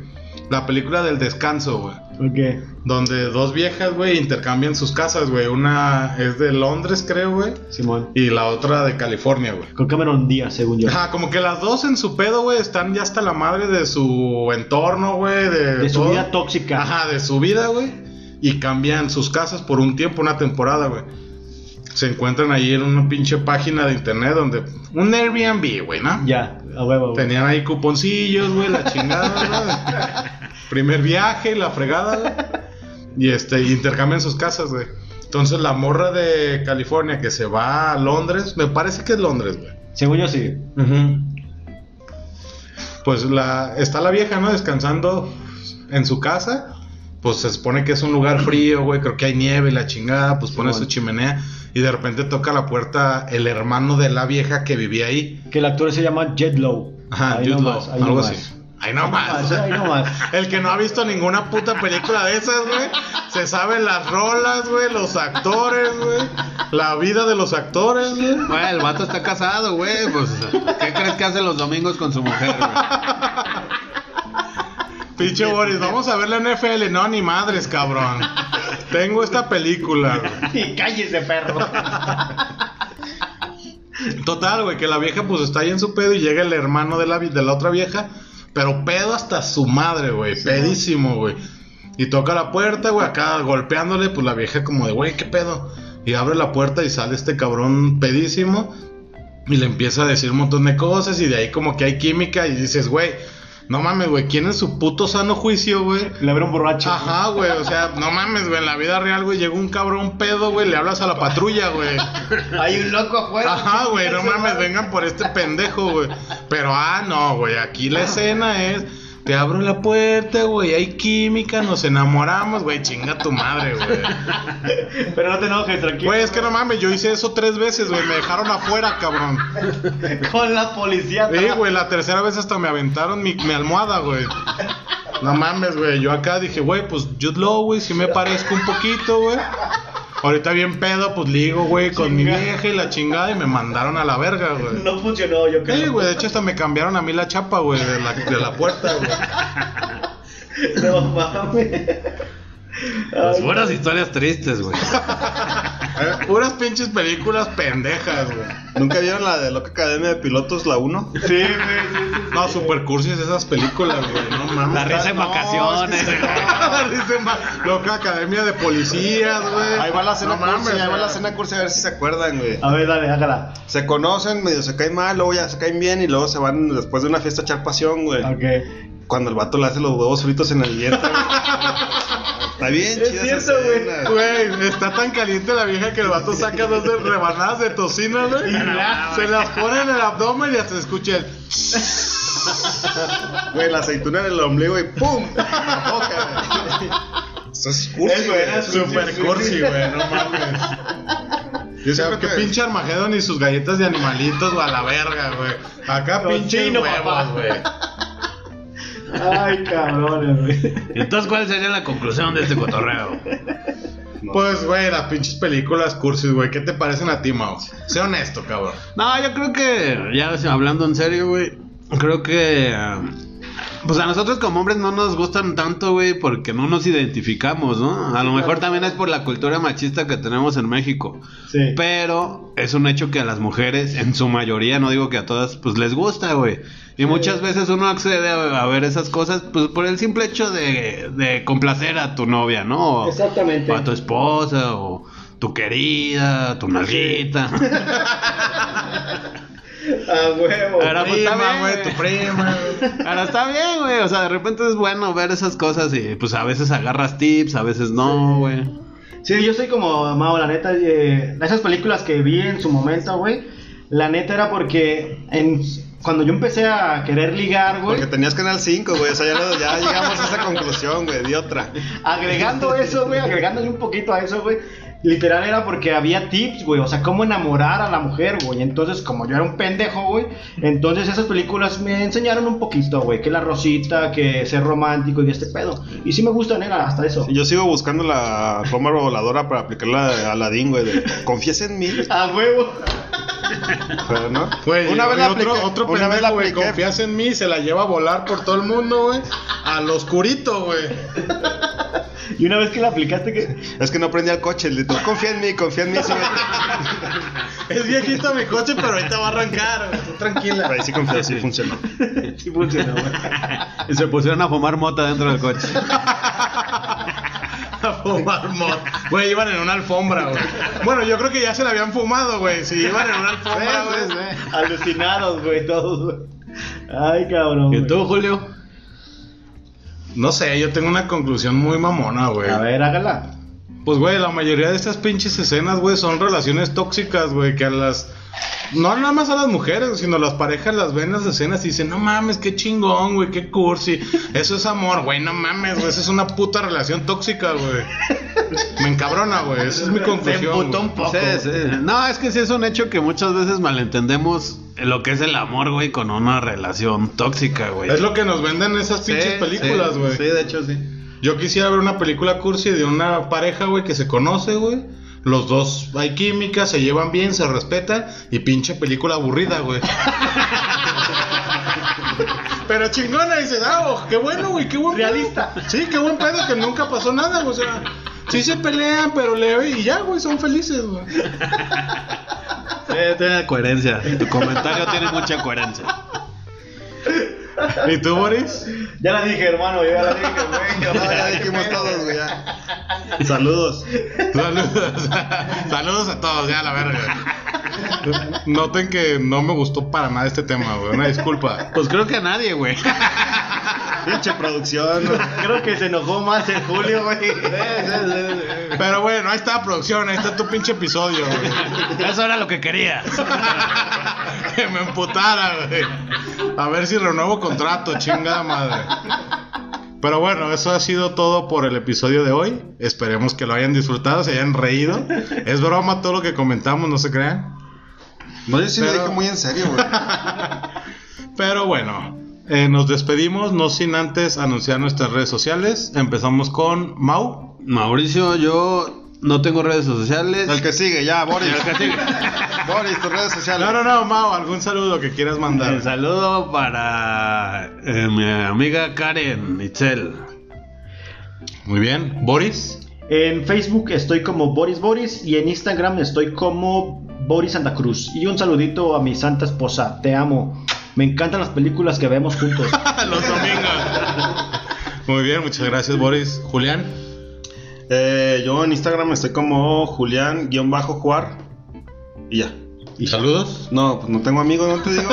Speaker 1: La película del descanso, güey.
Speaker 5: Ok.
Speaker 1: Donde dos viejas, güey, intercambian sus casas, güey. Una es de Londres, creo, güey.
Speaker 5: Simón.
Speaker 1: Y la otra de California, güey.
Speaker 5: Con Cameron Díaz, según yo.
Speaker 1: Ajá, como que las dos en su pedo, güey, están ya hasta la madre de su entorno, güey. De,
Speaker 5: De su
Speaker 1: todo.
Speaker 5: vida tóxica.
Speaker 1: Ajá, de su vida, güey. Y cambian sus casas por un tiempo, una temporada, güey. Se encuentran ahí en una pinche página de internet donde... Un Airbnb, güey, ¿no?
Speaker 5: Ya, a huevo. güey.
Speaker 1: Tenían ahí cuponcillos, güey, la chingada, güey. Primer viaje, la fregada, güey. Y este, y intercambian sus casas, güey. Entonces la morra de California que se va a Londres, me parece que es Londres, güey.
Speaker 5: Según yo sí.
Speaker 1: Pues la, está la vieja, ¿no? Descansando en su casa. Pues se supone que es un lugar frío, güey. Creo que hay nieve y la chingada. Pues pone
Speaker 5: Simón.
Speaker 1: su chimenea. Y de repente toca la puerta el hermano de la vieja que vivía ahí.
Speaker 5: Que el actor se llama Jet Low.
Speaker 1: Ajá,
Speaker 5: Ahí
Speaker 1: Jude
Speaker 5: nomás,
Speaker 1: Law,
Speaker 5: ahí
Speaker 1: algo
Speaker 5: nomás. Ah,
Speaker 1: así. Ah, Ahí nomás.
Speaker 5: Ahí nomás.
Speaker 1: El que no ha visto ninguna puta película de esas, güey. Se sabe las rolas, güey. Los actores, güey. La vida de los actores, güey.
Speaker 4: Güey, el vato está casado, güey. Pues, ¿qué crees que hace los domingos con su mujer, güey?
Speaker 1: Pinche Boris, vamos a ver la NFL. No, ni madres, cabrón. Tengo esta película. güey.
Speaker 5: Y cállese, perro.
Speaker 1: Total, güey, que la vieja pues está ahí en su pedo y llega el hermano de la, vi- de la otra vieja, pero pedo hasta su madre, güey, pedísimo, güey. Y toca la puerta, güey, acá golpeándole, pues la vieja como de, güey, ¿qué pedo? Y abre la puerta y sale este cabrón pedísimo y le empieza a decir un montón de cosas y de ahí como que hay química y dices, güey, no mames, güey, ¿quién es su puto sano juicio, güey?
Speaker 5: Le abre un borracho.
Speaker 1: Ajá, güey, o sea, no mames, güey, en la vida real, güey, llegó un cabrón pedo, güey, le hablas a la patrulla, güey.
Speaker 5: Hay un loco afuera.
Speaker 1: Ajá, güey, no mames, vengan por este pendejo, güey. Pero, ah, no, güey, aquí la escena es, te abro la puerta, güey, hay química, nos enamoramos, güey, chinga tu madre, güey.
Speaker 5: Pero no te enojes, tranquilo.
Speaker 1: Güey, es Pues, que no mames, yo hice eso tres veces, güey, me dejaron afuera, cabrón.
Speaker 5: Con la policía.
Speaker 1: Sí, güey, la tercera vez hasta me aventaron mi, mi almohada, güey. No mames, güey. Yo acá dije, güey, pues Jude Law, güey, si me parezco un poquito, güey. Ahorita bien pedo, pues ligo, güey, con mi
Speaker 5: Chinga.
Speaker 1: vieja y la chingada y me mandaron a la verga, güey.
Speaker 5: No funcionó, yo creo.
Speaker 1: Sí, güey, de hecho hasta me cambiaron a mí la chapa, güey, de la, de la puerta, güey.
Speaker 5: No mames.
Speaker 4: Pues buenas historias tristes, güey.
Speaker 1: Puras pinches películas pendejas, güey.
Speaker 3: ¿Nunca vieron la de Loca Academia de Pilotos, la 1?
Speaker 5: Sí, güey, sí, sí.
Speaker 1: No, super cursis esas películas, güey, no mames.
Speaker 4: La risa en
Speaker 1: No,
Speaker 4: vacaciones.
Speaker 1: Dicen, ma- loca academia de policías, güey.
Speaker 3: Ahí va la cena
Speaker 1: No mames,
Speaker 3: cursi, ahí va
Speaker 1: güey. Ah.
Speaker 3: la cena cursi, a ver si se acuerdan, güey.
Speaker 5: A ver, dale, hágala.
Speaker 3: Se conocen, medio se caen mal, luego ya se caen bien y luego se van después de una fiesta a
Speaker 1: Ah.
Speaker 3: echar pasión, güey.
Speaker 5: Ok.
Speaker 3: Cuando el vato le hace los huevos fritos en el diente. Está bien,
Speaker 5: Es
Speaker 3: chida
Speaker 5: cierto,
Speaker 3: esa
Speaker 5: güey.
Speaker 3: escena.
Speaker 1: Güey, está tan caliente la vieja que el vato saca dos de- rebanadas de tocino, güey. Se las pone en el abdomen y hasta se escucha el.
Speaker 3: Güey, la aceituna en el ombligo y ¡pum! En la boca, güey. Eso es cursi,
Speaker 1: Eso era
Speaker 3: Eso es
Speaker 1: super
Speaker 3: cursi.
Speaker 1: cursi, güey, no mames.
Speaker 3: Yo
Speaker 1: O sea, que
Speaker 3: siempre que
Speaker 1: pinche Armagedón y sus galletas de animalitos, o a la verga, güey. Acá pinche
Speaker 5: Tocino,
Speaker 1: huevos,
Speaker 5: papá.
Speaker 1: güey.
Speaker 5: Ay, cabrones, güey.
Speaker 4: Entonces, ¿cuál sería la conclusión de este cotorreo?
Speaker 3: No.
Speaker 1: Pues, güey, las pinches películas cursis, güey. ¿Qué te parecen a ti, Mao? Sé honesto, cabrón.
Speaker 4: No, yo creo que, ya o sea, hablando en serio, güey, creo que... ah, Pues a nosotros como hombres no nos gustan tanto, güey, porque no nos identificamos, ¿no? A lo mejor también es por la cultura machista que tenemos en México.
Speaker 5: Sí.
Speaker 4: Pero es un hecho que a las mujeres, en su mayoría, no digo que a todas, pues les gusta, güey. Y muchas veces uno accede a, a ver esas cosas, pues por el simple hecho de, de complacer a tu novia, ¿no? O-
Speaker 2: Exactamente.
Speaker 4: o a tu esposa, o tu querida, tu nalguita.
Speaker 5: A Ah, huevo.
Speaker 4: Ahora, pues, está
Speaker 1: Prima,
Speaker 4: bien,
Speaker 1: güey, tu
Speaker 4: güey.
Speaker 1: prima. güey.
Speaker 4: Ahora está bien, güey. O sea, de repente es bueno ver esas cosas y pues a veces agarras tips, a veces no, güey.
Speaker 5: Sí, yo soy como Mao, la neta. eh, esas películas que vi en su momento, güey. La neta era porque en, cuando yo empecé a querer ligar, güey.
Speaker 3: Porque tenías Canal 5, güey. O sea, ya, no- ya llegamos a esa conclusión, güey. Di otra.
Speaker 5: Agregando eso, güey, agregándole un poquito a eso, güey. Literal era porque había tips, güey, o sea, cómo enamorar a la mujer, güey. Entonces, como yo era un pendejo, güey, entonces esas películas me enseñaron un poquito, güey, que la rosita, que ser romántico y este pedo. Y sí me gustan, era hasta eso.
Speaker 3: Yo sigo buscando la pluma voladora para aplicarla a Aladín, güey. de, Confías en mí.
Speaker 5: A huevo.
Speaker 3: Pero no.
Speaker 1: Güey,
Speaker 3: una vez
Speaker 1: y
Speaker 3: la
Speaker 1: otro,
Speaker 3: apliqué.
Speaker 1: otro
Speaker 3: una vez la
Speaker 1: pendejo, güey,
Speaker 3: apliqué.
Speaker 1: confías en mí, se la lleva a volar por todo el mundo, güey. Al oscurito, güey.
Speaker 5: Y una vez que la aplicaste, que
Speaker 3: Es que no prendía el coche. Le digo, confía en mí, confía en mí. Sí,
Speaker 1: Es viejito mi coche, pero ahorita va a arrancar, güey. Tú tranquila.
Speaker 3: Ahí sí confío, sí funcionó.
Speaker 5: sí funcionó, güey.
Speaker 4: Y se pusieron a fumar mota dentro del coche.
Speaker 1: A fumar mota. Güey, iban en una alfombra, güey. Bueno, yo creo que ya se la habían fumado, güey. Si iban en una alfombra,
Speaker 5: Sí, sí,
Speaker 1: güey.
Speaker 5: sí. Alucinados, güey, todos, güey. Ay, cabrón.
Speaker 4: ¿Y
Speaker 5: güey.
Speaker 4: tú, Julio?
Speaker 1: No sé, yo tengo una conclusión muy mamona, güey.
Speaker 5: A ver, hágala.
Speaker 1: Pues, güey, la mayoría de estas pinches escenas, güey, son relaciones tóxicas, güey, que a las... No nada más a las mujeres, sino las parejas las ven las escenas y dicen, no mames, qué chingón, güey, qué cursi. Eso es amor, güey, no mames, güey, eso es una puta relación tóxica, güey. Me encabrona, güey, esa es mi conclusión.
Speaker 5: emputó
Speaker 1: güey.
Speaker 5: un poco.
Speaker 4: Sí, sí. No, Pues es que sí es un hecho que muchas veces malentendemos lo que es el amor, güey, con una relación tóxica, güey.
Speaker 1: Es lo que nos venden esas pinches películas, güey.
Speaker 4: Sí, de hecho, sí.
Speaker 1: Yo quisiera ver una película cursi de una pareja, güey, que se conoce, güey. Los dos hay química, se llevan bien, se respetan y pinche película aburrida, güey. Pero chingona, dices, ah, oh, qué bueno, güey, qué buen pedo".
Speaker 5: Realista.
Speaker 1: Sí, qué buen pedo que nunca pasó nada, güey. O sea, sí se pelean, pero leve y ya, güey, son felices, güey.
Speaker 4: Sí, tiene coherencia. Tu comentario tiene mucha coherencia.
Speaker 1: ¿Y tú, Boris?
Speaker 5: Ya la dije, hermano, yo ya la dije,
Speaker 3: No,
Speaker 5: güey.
Speaker 3: ya dijimos todos, güey. ya. Saludos.
Speaker 1: Saludos. Saludos a todos, ya la verga. Noten que no me gustó para nada este tema, güey. Una disculpa.
Speaker 4: Pues creo que a nadie, güey.
Speaker 3: Pinche producción. güey.
Speaker 5: Creo que se enojó más el Julio, güey.
Speaker 1: Pero bueno, ahí está la producción, ahí está tu pinche episodio, güey.
Speaker 4: Eso era lo que querías.
Speaker 1: Que me emputara, güey. A ver si renuevo contrato, chingada madre. Pero bueno, eso ha sido todo por el episodio de hoy. Esperemos que lo hayan disfrutado, se hayan reído. Es broma todo lo que comentamos, no se crean.
Speaker 3: No, yo sí lo
Speaker 1: Pero-
Speaker 3: dije muy en serio, güey.
Speaker 1: Pero bueno, eh, nos despedimos, no sin antes anunciar nuestras redes sociales. Empezamos con Mau.
Speaker 4: Mauricio, yo no tengo redes sociales.
Speaker 3: El que sigue, ya, Boris.
Speaker 4: El que sigue.
Speaker 3: Boris, tus redes sociales.
Speaker 1: No, no, no, Mau, algún saludo que quieras
Speaker 4: Un
Speaker 1: mandar.
Speaker 4: saludo para eh, mi amiga Karen Itzel.
Speaker 1: Muy bien, Boris.
Speaker 5: En Facebook estoy como Boris Boris y en Instagram estoy como Boris Santa Cruz. Y un saludito a mi santa esposa, te amo. Me encantan las películas que vemos juntos.
Speaker 1: Los domingos. Muy bien, muchas gracias, Boris. Julián.
Speaker 3: Eh, yo en Instagram estoy como Julián-Juar. Y ya.
Speaker 1: ¿Y saludos?
Speaker 3: No, pues no tengo amigos, no te digo.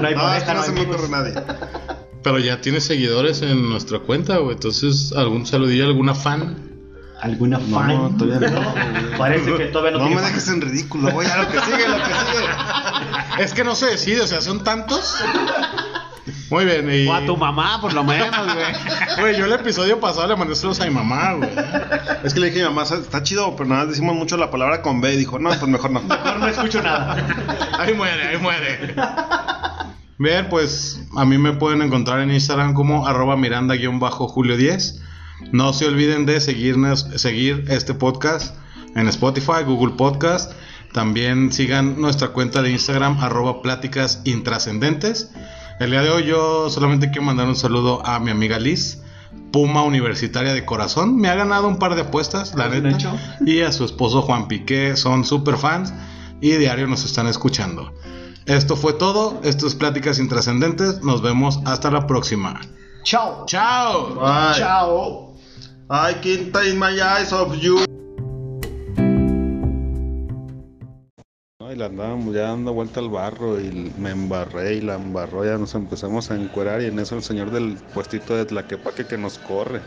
Speaker 5: No hay
Speaker 3: no, es
Speaker 5: pareja,
Speaker 3: que no
Speaker 5: no hay
Speaker 3: se me
Speaker 5: amigos.
Speaker 3: ocurre nadie.
Speaker 1: Pero ya tiene seguidores en nuestra cuenta, güey. Entonces, algún saludillo, alguna fan.
Speaker 5: ¿Alguna
Speaker 3: No,
Speaker 5: fan?
Speaker 3: todavía no.
Speaker 5: Parece que todavía no
Speaker 3: No
Speaker 5: tiene
Speaker 3: me
Speaker 5: fan.
Speaker 3: dejes en ridículo, voy a lo que sigue, lo que sigue.
Speaker 1: Es que no se decide, o sea, son tantos. Muy bien, y.
Speaker 4: O a tu mamá, por Ah, pues lo menos, güey.
Speaker 1: Güey, yo el episodio pasado le mandé saludos a mi mamá, güey.
Speaker 3: Es que le dije a mi mamá, "Sa- está chido, pero nada más decimos mucho la palabra con B. Y dijo, no, pues mejor no.
Speaker 5: Mejor no escucho nada.
Speaker 1: Ahí muere, ahí muere. Bien, pues a mí me pueden encontrar en Instagram como arroba miranda-julio10. No se olviden de seguirnos, seguir este podcast en Spotify, Google Podcast. También sigan nuestra cuenta de Instagram arroba pláticas intrascendentes. El día de hoy yo solamente quiero mandar un saludo a mi amiga Liz, Puma Universitaria de Corazón. Me ha ganado un par de apuestas, la
Speaker 5: ¿Es un
Speaker 1: neta.
Speaker 5: hecho?
Speaker 1: Y a su esposo Juan Piqué, son super fans y diario nos están escuchando. Esto fue todo, esto es Pláticas Intrascendentes, nos vemos hasta la próxima.
Speaker 5: Chao.
Speaker 1: ¡Chao!
Speaker 3: Ay,
Speaker 5: Chao.
Speaker 3: I can't take my eyes off you. No, y la andábamos ya dando vuelta al barro y me embarré y la embarró, ya nos empezamos a encuerar y en eso el señor del puestito de Tlaquepaque que nos corre.